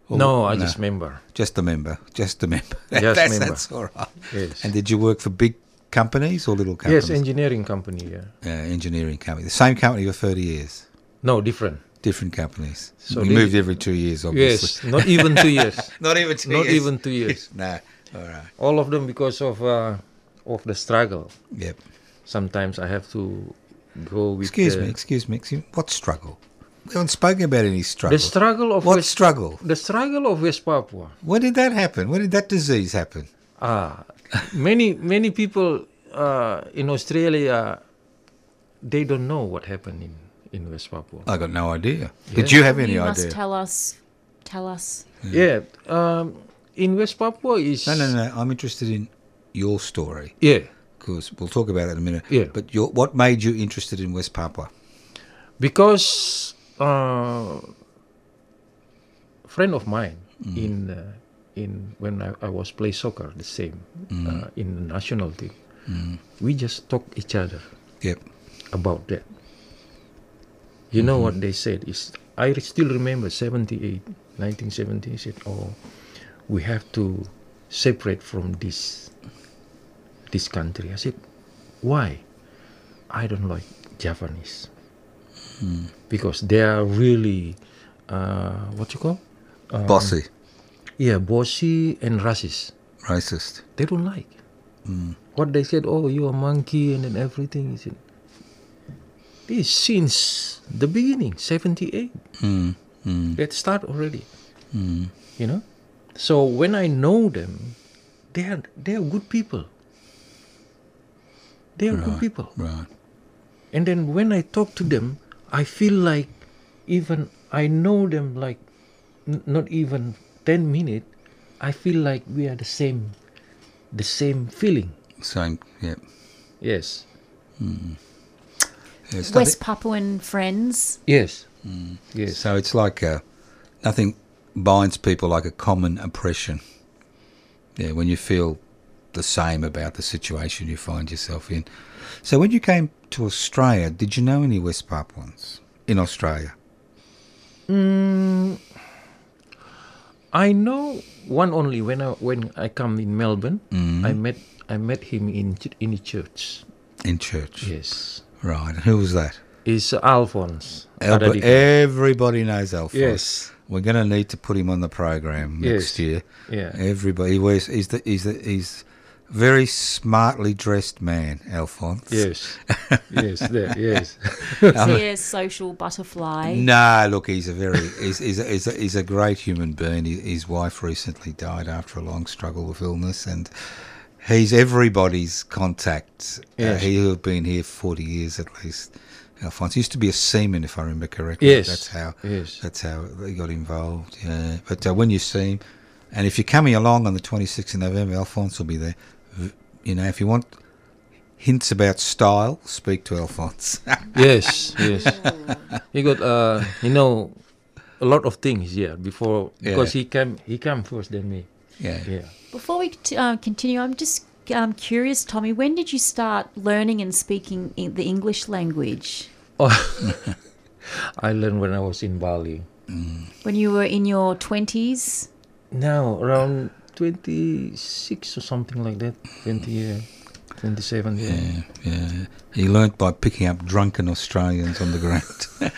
Speaker 7: or-
Speaker 9: No, I just member.
Speaker 7: Just a member. Just a member.
Speaker 9: Just
Speaker 7: that's,
Speaker 9: member.
Speaker 7: That's all right.
Speaker 9: Yes.
Speaker 7: And did you work for big companies or little companies?
Speaker 9: Yes, engineering company. Yeah.
Speaker 7: uh, engineering company. The same company for 30 years.
Speaker 9: No, different.
Speaker 7: Different companies.
Speaker 9: So
Speaker 7: you
Speaker 9: they-
Speaker 7: moved every two years, obviously.
Speaker 9: Yes, not even two years.
Speaker 7: not even two
Speaker 9: Not
Speaker 7: years.
Speaker 9: even two years.
Speaker 7: no, all right.
Speaker 9: All of them because of uh, of the struggle.
Speaker 7: Yep.
Speaker 9: Sometimes I have to go with.
Speaker 7: Excuse
Speaker 9: uh,
Speaker 7: me, excuse me, excuse me. What struggle? We haven't spoken about any struggle.
Speaker 9: The struggle of
Speaker 7: What
Speaker 9: West-
Speaker 7: struggle?
Speaker 9: The struggle of West Papua.
Speaker 7: When did that happen? When did that disease happen?
Speaker 9: Ah, many many people uh, in Australia they don't know what happened in, in West Papua.
Speaker 7: I got no idea.
Speaker 9: Yeah.
Speaker 7: Did you have any
Speaker 8: you
Speaker 7: idea?
Speaker 8: must tell us. Tell us.
Speaker 9: Yeah, um, in West Papua is
Speaker 7: No, no, no. I'm interested in your story.
Speaker 9: Yeah.
Speaker 7: Because we'll talk about it in a minute.
Speaker 9: Yeah.
Speaker 7: But your, what made you interested in West Papua?
Speaker 9: because uh, friend of mine
Speaker 7: Mm.
Speaker 9: in uh, in when I, I was play soccer the same
Speaker 7: Mm.
Speaker 9: uh, in the national team
Speaker 7: Mm.
Speaker 9: we just talk each other
Speaker 7: Yep.
Speaker 9: about that you know what they said is I still remember 78 1970 said oh we have to separate from this this country I said why I don't like Japanese because they are really uh, what you call Um,
Speaker 7: Bossy.
Speaker 9: Yeah, bossy and racist.
Speaker 7: Racist.
Speaker 9: They don't like what they said. Oh, you are monkey and then everything. Is it? This since the beginning, seventy-eight.
Speaker 7: Mm. Mm.
Speaker 9: That start already.
Speaker 7: Mm.
Speaker 9: You know. So when I know them, they are they are good people. They are good
Speaker 7: Right,
Speaker 9: people.
Speaker 7: Right.
Speaker 9: And then when I talk to them, I feel like even I know them like n- not even 10 minutes, I feel like we are the same, the same feeling.
Speaker 7: Same. Yep.
Speaker 9: Yes.
Speaker 7: Mm. Yeah, it's
Speaker 8: West Papuan friends.
Speaker 9: Yes.
Speaker 7: Yes. So it's like uh nothing binds people like a common oppression. Yeah, when you feel the same about the situation you find yourself in. So when you came to Australia, did you know any West Papuans in Australia?
Speaker 9: Mm, I know one only when I when I come in Melbourne,
Speaker 7: Mhm.
Speaker 9: I met I met him in ch- in a church.
Speaker 7: In church?
Speaker 9: Yes.
Speaker 7: Right. Who was that?
Speaker 9: Is Alphonse.
Speaker 7: Albo-
Speaker 9: Aradika.
Speaker 7: everybody knows Alphonse.
Speaker 9: Yes.
Speaker 7: We're going to need to put him on the program next
Speaker 9: Yes.
Speaker 7: year.
Speaker 9: Yeah.
Speaker 7: Everybody. He wears, he's the, he's the, he's very smartly dressed man, Alphonse.
Speaker 9: Yes. Yes, there, yes.
Speaker 8: Is
Speaker 7: Um,
Speaker 8: he a social butterfly?
Speaker 7: No, look, he's a very he's he's a, he's a, he's a great human being. He- His wife recently died after a long struggle with illness, and he's everybody's contact. Uh,
Speaker 9: Yes.
Speaker 7: he who had been here forty years at least. Alphonse He used to be a seaman, if I remember correctly.
Speaker 9: Yes.
Speaker 7: that's how.
Speaker 9: Yes.
Speaker 7: that's how he got involved. Yeah, but uh, when you see him, and if you're coming along on the twenty sixth of November, Alphonse will be there. V- You know, if you want hints about style, speak to Alphonse.
Speaker 9: yes, yes. He got uh, you know, a lot of things. Yeah, before because he came, he came first than me.
Speaker 7: Yeah,
Speaker 9: yeah.
Speaker 8: Before we cont- uh, continue, I'm just um, curious, Tommy. When did you start learning and speaking in the English language?
Speaker 9: Oh, I learned when I was in Bali.
Speaker 8: When you were in your twenties?
Speaker 9: Now around twenty six or something like that. Twenty. Yeah. 27.
Speaker 7: Yeah, yeah. He learnt by picking up drunken Australians on the ground.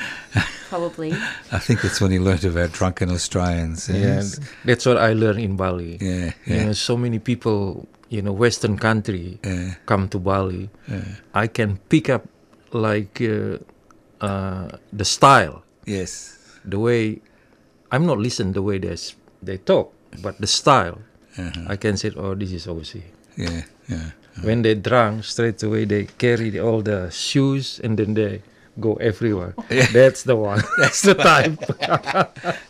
Speaker 8: Probably.
Speaker 7: I think that's when he learnt about drunken Australians. yes.
Speaker 9: Yeah, that's what I learned in Bali.
Speaker 7: Yeah,
Speaker 9: You
Speaker 7: yeah.
Speaker 9: know, so many people, you know, Western country come to Bali.
Speaker 7: Yeah.
Speaker 9: I can pick up like uh, uh, the style.
Speaker 7: Yes.
Speaker 9: The way I'm not listening the way they s- they talk, but the style.
Speaker 7: Uh-huh.
Speaker 9: I can say, oh, this is Aussie.
Speaker 7: Yeah, yeah.
Speaker 9: When they drunk, straight away they carry all the shoes and then they go everywhere. That's the one. That's the type.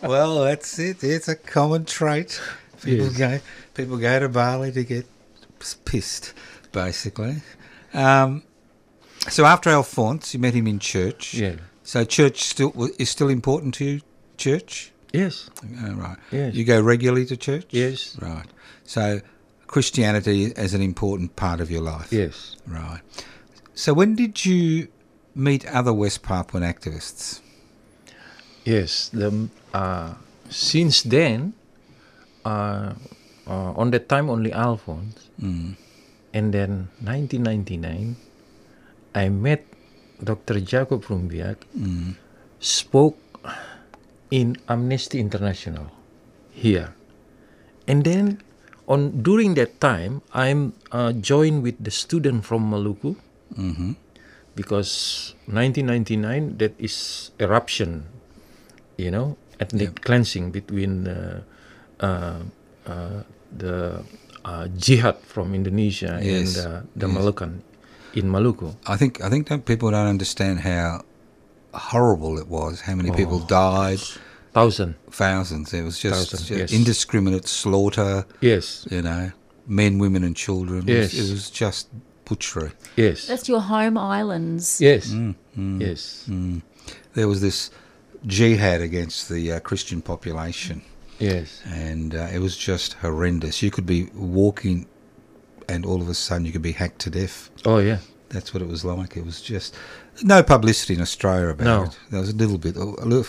Speaker 7: well, that's it. It's a common trait. People
Speaker 9: Yes.
Speaker 7: go people go to Bali to get s- pissed, basically. Um, so after Alphonse, you met him in church.
Speaker 9: Yeah.
Speaker 7: So church still wa- is still important to you. Church.
Speaker 9: Yes.
Speaker 7: Oh, right.
Speaker 9: Yes.
Speaker 7: You go regularly to church.
Speaker 9: Yes.
Speaker 7: Right. So Christianity as an important part of your life.
Speaker 9: Yes.
Speaker 7: Right. So when did you meet other West Papuan activists?
Speaker 9: Yes, the uh, since then, uh, uh, on that time only Alphonse,
Speaker 7: Mm.
Speaker 9: and then 1999, I met Dr. Jacob Rumbiak,
Speaker 7: Mm.
Speaker 9: spoke in Amnesty International here, and then on during that time I'm uh, joined with the student from Maluku
Speaker 7: Mm-hmm.
Speaker 9: because 1999 that is eruption you know ethnic cleansing between uh, uh, uh, the uh, jihad from indonesia
Speaker 7: Yes,
Speaker 9: and uh, the
Speaker 7: yes.
Speaker 9: Moluccan in maluku
Speaker 7: I think I think that people don't understand how horrible it was. How many people
Speaker 9: Oh,
Speaker 7: died?
Speaker 9: Thousand.
Speaker 7: Thousands. It was just,
Speaker 9: Thousand,
Speaker 7: ju-
Speaker 9: yes.
Speaker 7: indiscriminate slaughter.
Speaker 9: Yes.
Speaker 7: You know, men, women, and children. It was-
Speaker 9: Yes.
Speaker 7: It was just butchery.
Speaker 9: yes
Speaker 8: That's your home islands.
Speaker 9: yes
Speaker 7: Mm, mm,
Speaker 9: yes
Speaker 7: mm. There was this jihad against the uh, Christian population.
Speaker 9: Yes.
Speaker 7: And uh, it was just horrendous. You could be walking and all of a sudden you could be hacked to death.
Speaker 9: Oh, yeah.
Speaker 7: That's what it was like. It was just no publicity in Australia about
Speaker 9: No.
Speaker 7: it. There was a little bit, a little,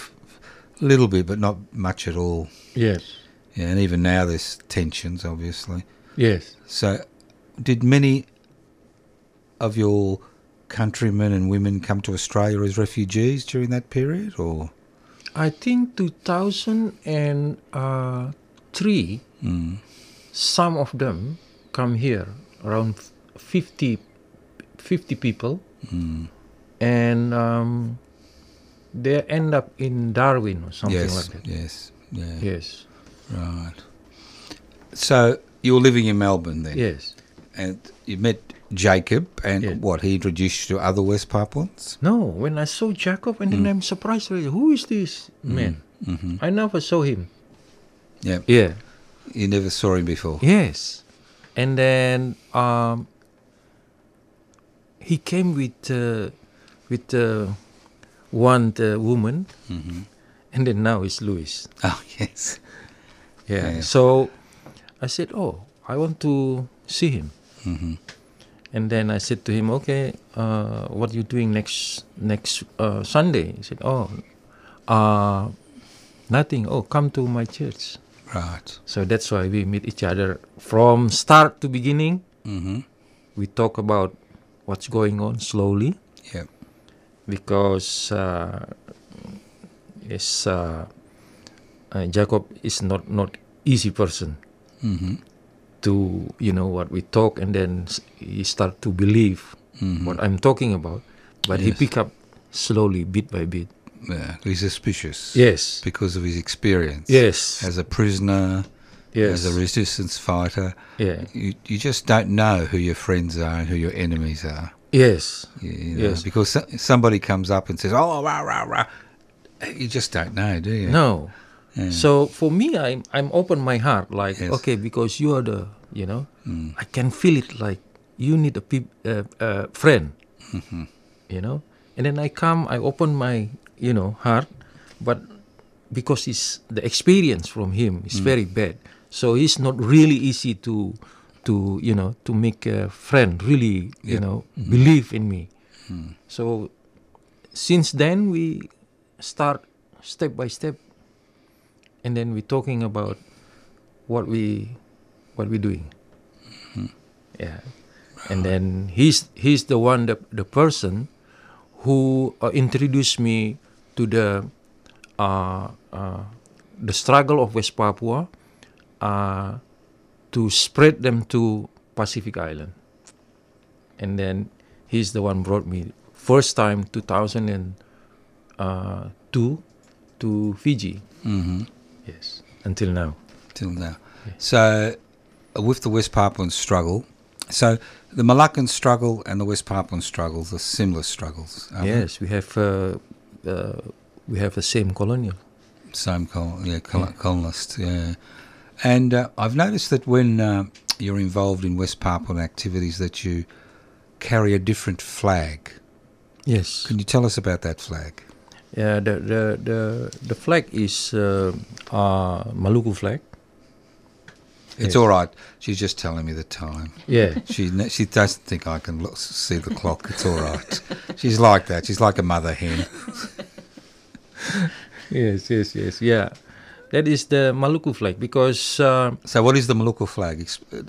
Speaker 7: little bit, but not much at all.
Speaker 9: Yes.
Speaker 7: Yeah, and even now there's tensions, obviously.
Speaker 9: Yes.
Speaker 7: So, did many of your countrymen and women come to Australia as refugees during that period, or?
Speaker 9: i think 2003
Speaker 7: Mm.
Speaker 9: uh, some of them come here around 50 50 people
Speaker 7: Mm.
Speaker 9: and um, they end up in Darwin or something
Speaker 7: yes,
Speaker 9: like that.
Speaker 7: Yes. Yeah.
Speaker 9: Yes.
Speaker 7: Right. So you were living in Melbourne then.
Speaker 9: Yes.
Speaker 7: And you met Jacob, and what he introduced you to other West Papuans.
Speaker 9: No, when I saw Jacob, and
Speaker 7: Mm.
Speaker 9: then I'm surprised. really, Who is this man?
Speaker 7: Mhm.
Speaker 9: I never saw him.
Speaker 7: Yeah.
Speaker 9: Yeah.
Speaker 7: You never saw him before.
Speaker 9: Yes. And then um, he came with uh, with uh, one uh, woman, and then now it's Louis.
Speaker 7: Oh yes.
Speaker 9: Yeah.
Speaker 7: Yeah.
Speaker 9: So I said, "Oh, I want to see him." Mm-hmm.
Speaker 7: Mhm.
Speaker 9: And then I said to him, "Okay, uh, what are you doing next next uh, Sunday?" He said, "Oh, uh, nothing. Oh, come to my church."
Speaker 7: Right.
Speaker 9: So that's why we meet each other from start to beginning.
Speaker 7: Mm-hmm.
Speaker 9: We talk about what's going on slowly.
Speaker 7: Yep.
Speaker 9: Because uh, it's, uh, uh, Jacob is not not easy person
Speaker 7: Mhm.
Speaker 9: to you know what we talk and then s- he start to believe
Speaker 7: Mhm.
Speaker 9: what I'm talking about. But he
Speaker 7: Yes.
Speaker 9: pick up slowly, bit by bit.
Speaker 7: Yeah, he's suspicious.
Speaker 9: Yes.
Speaker 7: Because of his experience.
Speaker 9: Yes.
Speaker 7: As a prisoner. As
Speaker 9: Yes.
Speaker 7: a resistance fighter.
Speaker 9: Yeah.
Speaker 7: You, you just don't know who your friends are and who your enemies are.
Speaker 9: Yes.
Speaker 7: You, you know,
Speaker 9: Yes.
Speaker 7: Because so, somebody comes up and says, oh, rah, rah, rah. You just don't know, do you?
Speaker 9: No.
Speaker 7: Yeah.
Speaker 9: So for me, I'm I'm open my heart. Like
Speaker 7: Yes.
Speaker 9: okay, because you are the you know,
Speaker 7: Mm.
Speaker 9: I can feel it. Like you need a peop, uh, uh, friend,
Speaker 7: Mhm.
Speaker 9: you know. And then I come, I open my you know heart, but because it's the experience from him is
Speaker 7: Mm.
Speaker 9: very bad, so it's not really easy to to you know to make a friend really you
Speaker 7: Yeah. Mm-hmm.
Speaker 9: know believe in me.
Speaker 7: Mm.
Speaker 9: So since then we start step by step and then we're talking about what we what we're doing. Yeah. and then he's he's the one the, the person who uh, introduced me to the uh, uh, the struggle of West Papua uh, to spread them to Pacific Island, and then he's the one brought me first time 2002 to Fiji.
Speaker 7: Mm-hmm.
Speaker 9: Yes, until now.
Speaker 7: Till now. So, uh, with the West Papuan struggle, so the Malaccan struggle and the West Papuan struggles are similar struggles. um, aren't they?
Speaker 9: Yes, we have uh, uh, we have the same colonial.
Speaker 7: Same col- yeah, col- colonist, yeah. And uh, I've noticed that when uh, you're involved in West Papuan activities, that you carry a different flag.
Speaker 9: Yes.
Speaker 7: Can you tell us about that flag?
Speaker 9: Yeah, the the the, the flag is uh, uh, Maluku flag.
Speaker 7: It's
Speaker 9: Yes.
Speaker 7: all right. She's just telling me the time.
Speaker 9: Yeah.
Speaker 7: She kn- she doesn't think I can look, see the clock. It's all right. She's like that. She's like a mother hen.
Speaker 9: yes, yes, yes. Yeah, that is the Maluku flag because. Uh,
Speaker 7: so, what is the Maluku flag? Ex- uh,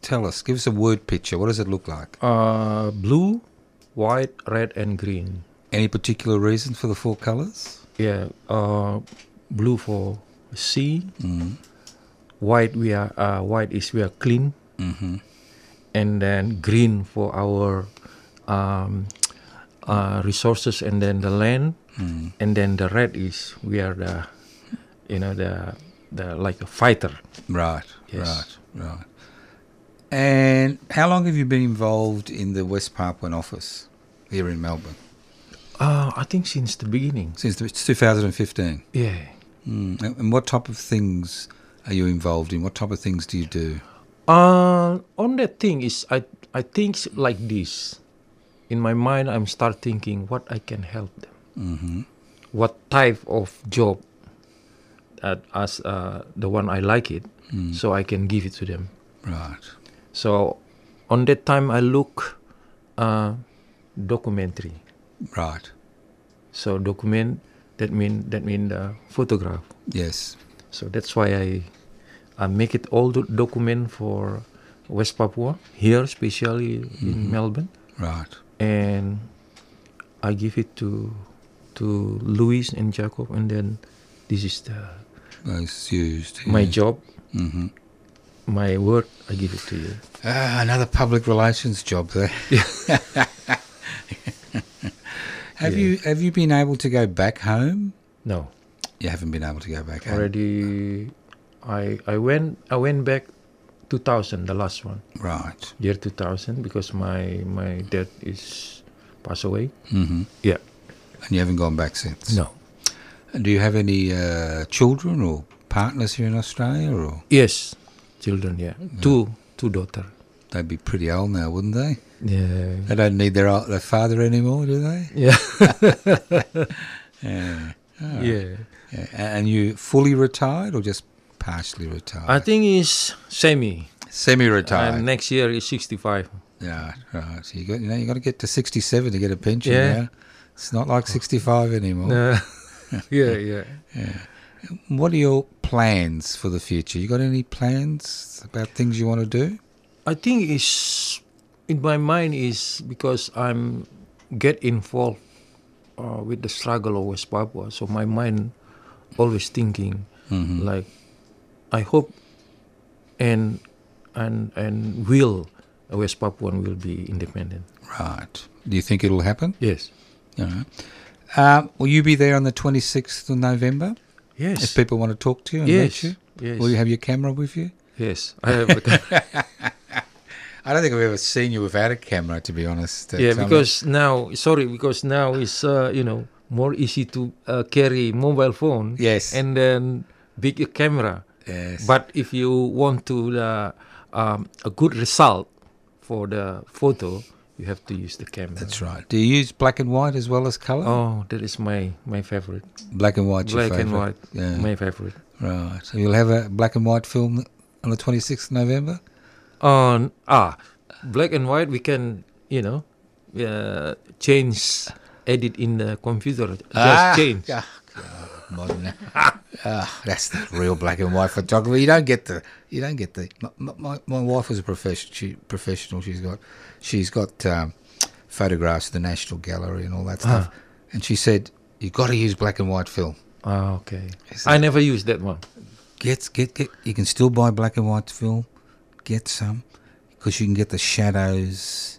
Speaker 7: Tell us. Give us a word picture. What does it look like?
Speaker 9: Uh, blue, white, red, and green.
Speaker 7: Any particular reason for the four colours?
Speaker 9: Yeah, uh, blue for sea. White we are uh, white is we are clean,
Speaker 7: Mhm.
Speaker 9: and then green for our um, uh, resources, and then the land,
Speaker 7: Mm.
Speaker 9: and then the red is we are the, you know the the like a fighter.
Speaker 7: Right.
Speaker 9: Yes.
Speaker 7: Right. Right. And how long have you been involved in the West Papuan office here in Melbourne?
Speaker 9: Uh, I think since the beginning.
Speaker 7: Since the, it's 2015.
Speaker 9: Yeah.
Speaker 7: Mm. And, and what type of things are you involved in? What type of things do you do?
Speaker 9: Uh, on that thing is I I think s- like this. In my mind, I'm start thinking what I can help them.
Speaker 7: Mm-hmm.
Speaker 9: What type of job, at, as uh, the one I like it,
Speaker 7: Mm.
Speaker 9: so I can give it to them.
Speaker 7: Right.
Speaker 9: So, on that time I look, uh, documentary.
Speaker 7: Right.
Speaker 9: So document that mean that mean uh, photograph.
Speaker 7: Yes.
Speaker 9: So that's why I I make it all the document for West Papua here, especially in
Speaker 7: Mhm.
Speaker 9: Melbourne.
Speaker 7: Right.
Speaker 9: And I give it to to Louis and Jacob, and then this is the
Speaker 7: Well, it's used.
Speaker 9: my
Speaker 7: yeah.
Speaker 9: job,
Speaker 7: hmm
Speaker 9: my work. I give it to you.
Speaker 7: Ah, another public relations job there. have you have you been able to go back home?
Speaker 9: No.
Speaker 7: You haven't been able to go back home.
Speaker 9: Already, I I went I went back 2000, the last one.
Speaker 7: Right.
Speaker 9: year 2000 because my my dad is passed away
Speaker 7: Mm-hmm.
Speaker 9: Yeah.
Speaker 7: And you haven't gone back since?
Speaker 9: No.
Speaker 7: And do you have any uh, children or partners here in Australia? Or
Speaker 9: yes children yeah, two two daughter
Speaker 7: They'd be pretty old now, wouldn't they?
Speaker 9: Yeah.
Speaker 7: They don't need their, uh, their father anymore, do they?
Speaker 9: Yeah.
Speaker 7: yeah. All right.
Speaker 9: Yeah.
Speaker 7: Yeah. A- And you fully retired or just partially retired?
Speaker 9: i think is semi
Speaker 7: Semi-retired.
Speaker 9: and next year is 65
Speaker 7: yeah right so you got you know you got to get to 67 to get a pension
Speaker 9: Yeah.
Speaker 7: yeah it's not like 65 anymore
Speaker 9: No. Yeah, yeah.
Speaker 7: yeah what are your plans for the future you got any plans about things you want to do
Speaker 9: i think is in my mind is because i'm get involved uh, with the struggle of west papua so my mind always thinking
Speaker 7: Mhm.
Speaker 9: like i hope and and and will west papuan will be independent
Speaker 7: right do you think it'll happen
Speaker 9: yes
Speaker 7: All right. um, will you be there on the 26th of november
Speaker 9: Yes.
Speaker 7: if people want to talk to you and
Speaker 9: Yes,
Speaker 7: meet you
Speaker 9: yes.
Speaker 7: will you have your camera with you
Speaker 9: Yes, I have a camera.
Speaker 7: I don't think I've ever seen you without a camera, to be honest. uh,
Speaker 9: yeah
Speaker 7: Tommy.
Speaker 9: because now sorry because now it's uh, you know more easy to uh, carry mobile phone
Speaker 7: Yes.
Speaker 9: and then big camera
Speaker 7: Yes.
Speaker 9: but if you want to uh, um, a good result for the photo you have to use the camera
Speaker 7: That's right. Do you use black and white as well as colour?
Speaker 9: oh that is my my favorite
Speaker 7: Black and white's your
Speaker 9: black and
Speaker 7: favourite.
Speaker 9: white
Speaker 7: Yeah.
Speaker 9: my favorite
Speaker 7: Right. So you'll have a black and white film on the 26th of November?
Speaker 9: on ah black and white we can you know uh, change edit in the computer just
Speaker 7: Ah,
Speaker 9: change
Speaker 7: yeah. Modern. Ah, that's the real black and white photography. You don't get the. You don't get the. My, my, my wife was a profession, she, professional. She's got, she's got um, photographs of the National Gallery and all that stuff. And she said, "You've got to use black and white film."
Speaker 9: Ah, okay. I never used that one.
Speaker 7: Get, get, get. You can still buy black and white film. Get some, because you can get the shadows,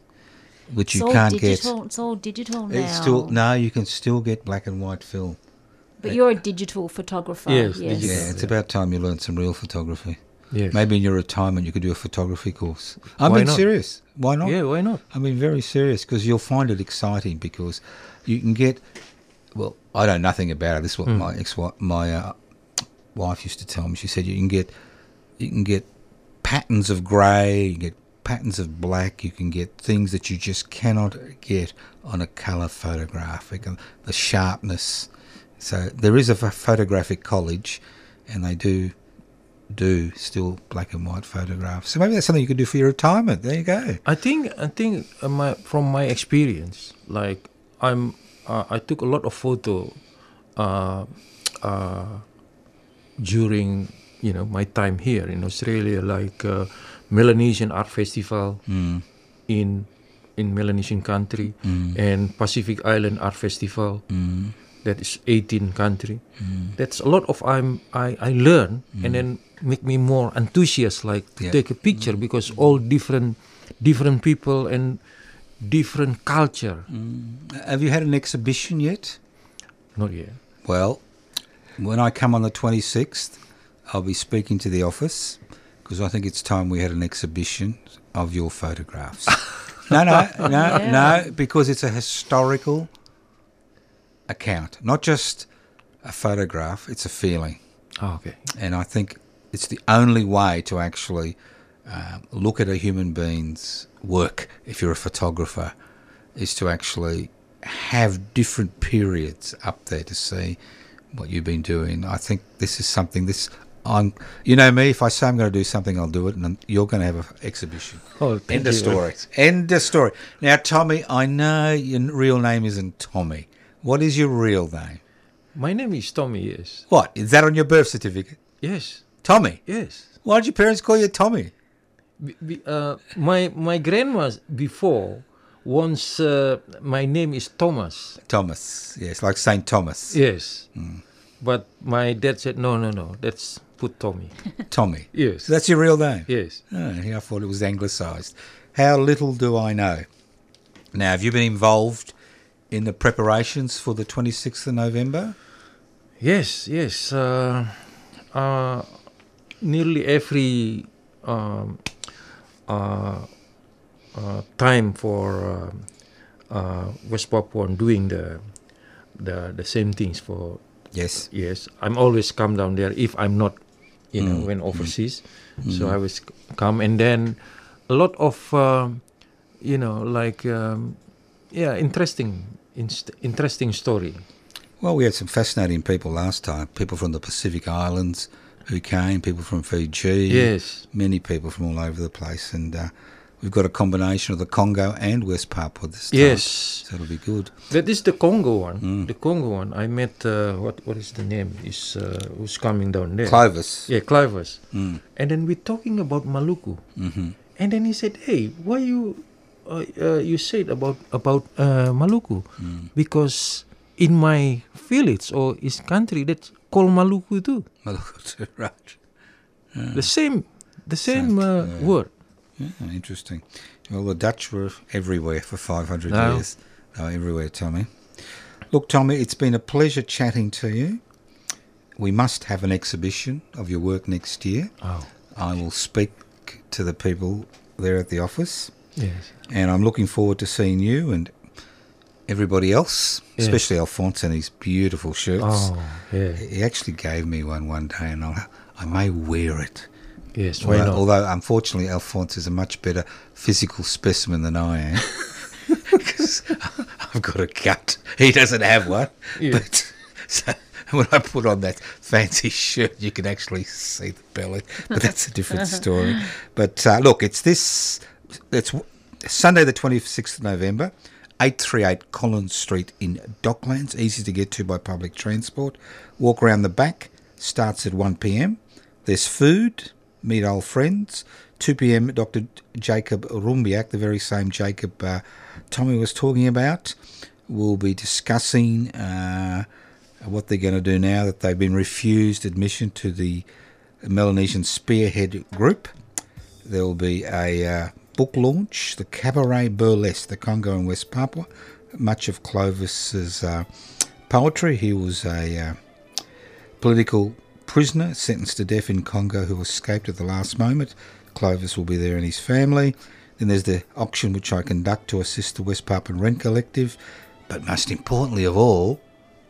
Speaker 7: which
Speaker 8: It's
Speaker 7: you
Speaker 8: all
Speaker 7: can't
Speaker 8: digital,
Speaker 7: get.
Speaker 8: It's all digital now.
Speaker 7: It's still no. You can still get black and white film.
Speaker 8: but you're a digital photographer. yes.
Speaker 7: Yeah, it's about time you learned some real photography.
Speaker 9: Yes.
Speaker 7: Maybe in your retirement you could do a photography course. I'm
Speaker 9: Why
Speaker 7: being
Speaker 9: not?
Speaker 7: serious. Why not?
Speaker 9: Yeah, why not?
Speaker 7: I mean, very serious because you'll find it exciting because you can get. Well, I know nothing about it. This is what
Speaker 9: Mm.
Speaker 7: my ex my uh, wife used to tell me. She said you can get you can get patterns of grey, you can get patterns of black, you can get things that you just cannot get on a colour photograph. You can- The sharpness. So there is a ph- photographic college, and they do do still black and white photographs. So maybe that's something you could do for your retirement. There you go.
Speaker 9: I think I think uh, my, from my experience, like I'm, uh, I took a lot of photo, uh, uh, during you know my time here in Australia, like uh, Melanesian Art Festival
Speaker 7: Mm.
Speaker 9: in in Melanesian country
Speaker 7: Mm.
Speaker 9: and Pacific Island Art Festival.
Speaker 7: Mm.
Speaker 9: That is 18 country.
Speaker 7: Mm.
Speaker 9: That's a lot of I'm I I learn and
Speaker 7: Mm.
Speaker 9: then make me more enthusiastic, like to
Speaker 7: Yeah. Mm.
Speaker 9: take a picture because all different different people and different culture.
Speaker 7: Mm. Have you had an exhibition yet?
Speaker 9: Not yet.
Speaker 7: Well, when I come on the 26th, I'll be speaking to the office because I think it's time we had an exhibition of your photographs. no, no, no,
Speaker 9: Yeah.
Speaker 7: no, because it's a historical account, not just a photograph, it's a feeling.
Speaker 9: Oh,
Speaker 7: Ah,
Speaker 9: okay.
Speaker 7: And I think it's the only way to actually um, look at a human being's work if you're a photographer is to actually have different periods up there to see what you've been doing. I think this is something this I'm you know me if I say I'm going to do something I'll do it and then you're going to have an exhibition.
Speaker 9: Oh, thank
Speaker 7: End of
Speaker 9: you.
Speaker 7: story. End of story. Now Tommy, I know your n- real name isn't Tommy. What is your real name?
Speaker 9: My name is Tommy. Yes.
Speaker 7: What? Is that on your birth certificate?
Speaker 9: Yes.
Speaker 7: Tommy.
Speaker 9: Yes.
Speaker 7: Why did your parents call you Tommy?
Speaker 9: Be- be- uh, my my grandma before once uh, my name is Thomas.
Speaker 7: Thomas. Yes, like St. Thomas.
Speaker 9: Yes. Hmm. But my dad said no no no. That's put Tommy.
Speaker 7: Tommy.
Speaker 9: Yes.
Speaker 7: So that's your real name?
Speaker 9: Yes.
Speaker 7: Oh, yeah, I thought it was anglicised. How little do I know. Now, have you been involved in the preparations for the 26th of November?
Speaker 9: Yes, yes. Uh, uh, nearly every um, uh, uh, time for um uh, West Papua and doing the, the the same things for
Speaker 7: yes,
Speaker 9: yes. I'm always come down there if I'm not, you know, when overseas. So I always c- come and then a lot of um you know like um, yeah interesting inst- interesting story.
Speaker 7: Well, we had some fascinating people last time. People from the Pacific Islands who came, people from Fiji.
Speaker 9: Yes.
Speaker 7: Many people from all over the place. And uh, we've got a combination of the Congo and West Papua this time.
Speaker 9: Yes.
Speaker 7: So it'll be good.
Speaker 9: That is the Congo one. The Congo one. I met uh, what what is the name? Is uh, who's coming down there?
Speaker 7: Clovis.
Speaker 9: Yeah, Clivers.
Speaker 7: Mm.
Speaker 9: And then we're talking about Maluku.
Speaker 7: Mhm.
Speaker 9: And then he said, "Hey, why you uh, uh, you said about about uh, Maluku?
Speaker 7: Mm.
Speaker 9: Because in my village or his country, that's called Maluku too.
Speaker 7: Maluku, right?
Speaker 9: The same, the same uh, word.
Speaker 7: Yeah, Oh, interesting. Well, the Dutch were everywhere for 500
Speaker 9: No.
Speaker 7: years. They were everywhere, Tommy. Look, Tommy, it's been a pleasure chatting to you. We must have an exhibition of your work next year.
Speaker 9: Oh.
Speaker 7: I will speak to the people there at the office.
Speaker 9: Yes.
Speaker 7: And I'm looking forward to seeing you and everybody else,
Speaker 9: Yes.
Speaker 7: especially Alphonse and his beautiful shirts.
Speaker 9: Oh, yeah.
Speaker 7: He actually gave me one one day, and I'll, I may wear it.
Speaker 9: Yes, why
Speaker 7: although,
Speaker 9: not?
Speaker 7: although unfortunately Alphonse is a much better physical specimen than I am. 'Cause I've got a gut. He doesn't have one.
Speaker 9: Yeah.
Speaker 7: But so when I put on that fancy shirt, you can actually see the belly. But that's a different story. But uh, look, it's this. It's Sunday, the twenty sixth of November,
Speaker 12: 838 Collins Street in Docklands. Easy to get to by public transport. Walk around the back. Starts at 1 pm. There's food. Meet old friends. 2 pm, Dr. Jacob Rumbiak, the very same Jacob uh, Tommy was talking about, will be discussing uh, what they're going to do now that they've been refused admission to the Melanesian Spearhead Group. There will be a uh, book launch, the Cabaret Burlesque, the Congo and West Papua. Much of Clovis's uh, poetry. He was a uh, political prisoner sentenced to death in Congo who escaped at the last moment. Clovis will be there and his family. Then there's the auction which I conduct to assist the West Papuan Rent Collective. But most importantly of all,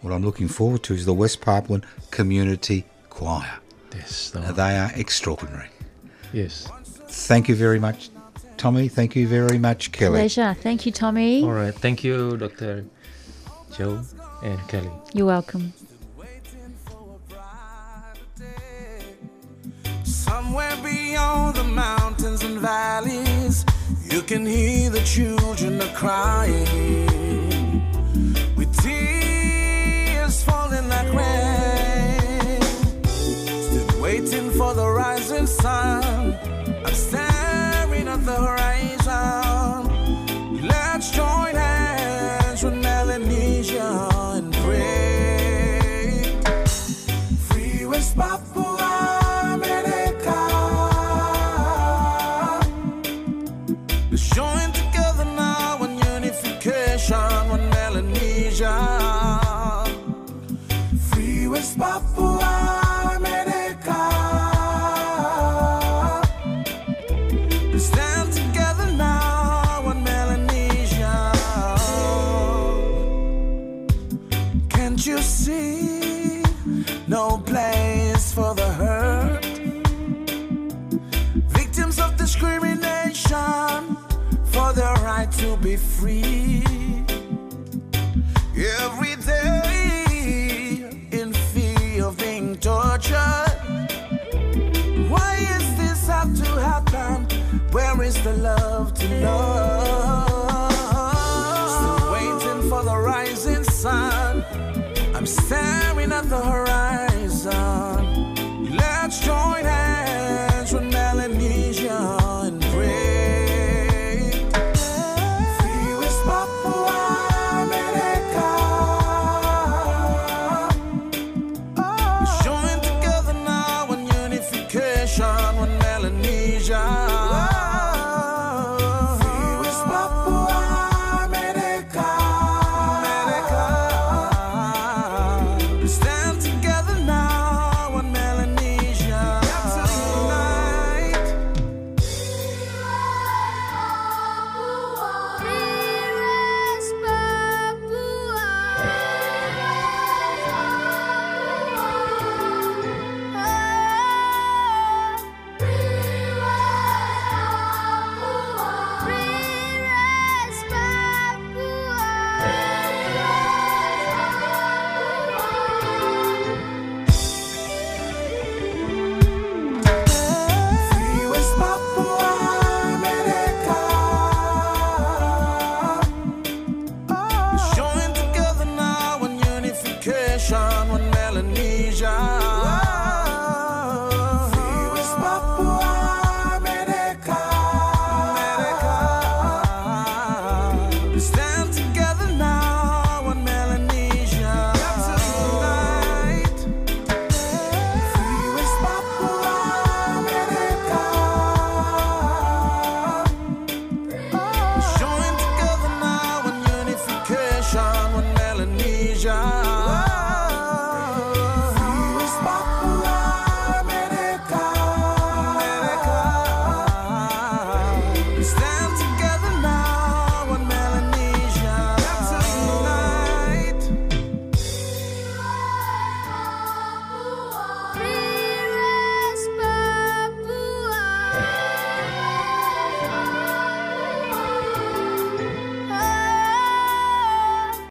Speaker 12: what I'm looking forward to is the West Papuan Community Choir.
Speaker 9: Yes,
Speaker 12: Now, they are extraordinary.
Speaker 9: Yes.
Speaker 12: Thank you very much, Tommy. Thank you very much, Kelly.
Speaker 8: Pleasure. Thank you, Tommy.
Speaker 9: All right. Thank you, Dr. Joe and Kelly.
Speaker 8: You're welcome.
Speaker 7: Somewhere beyond the mountains and valleys, you can hear the children are crying. With tears falling like rain, still waiting for the rising sun. I'm staring at the horizon. Let's join hands with Melanesia and pray. Free West Papua America. Let's join together now in unification with Melanesia. Free West Papua America. Let's stand together now in Melanesia. Can't you see? No place for the hurt. Victims of discrimination for their right to be free. Every day in fear of being tortured. Why is this have to happen? Where is the love to love? Still waiting for the rising sun. I'm staring at the horizon.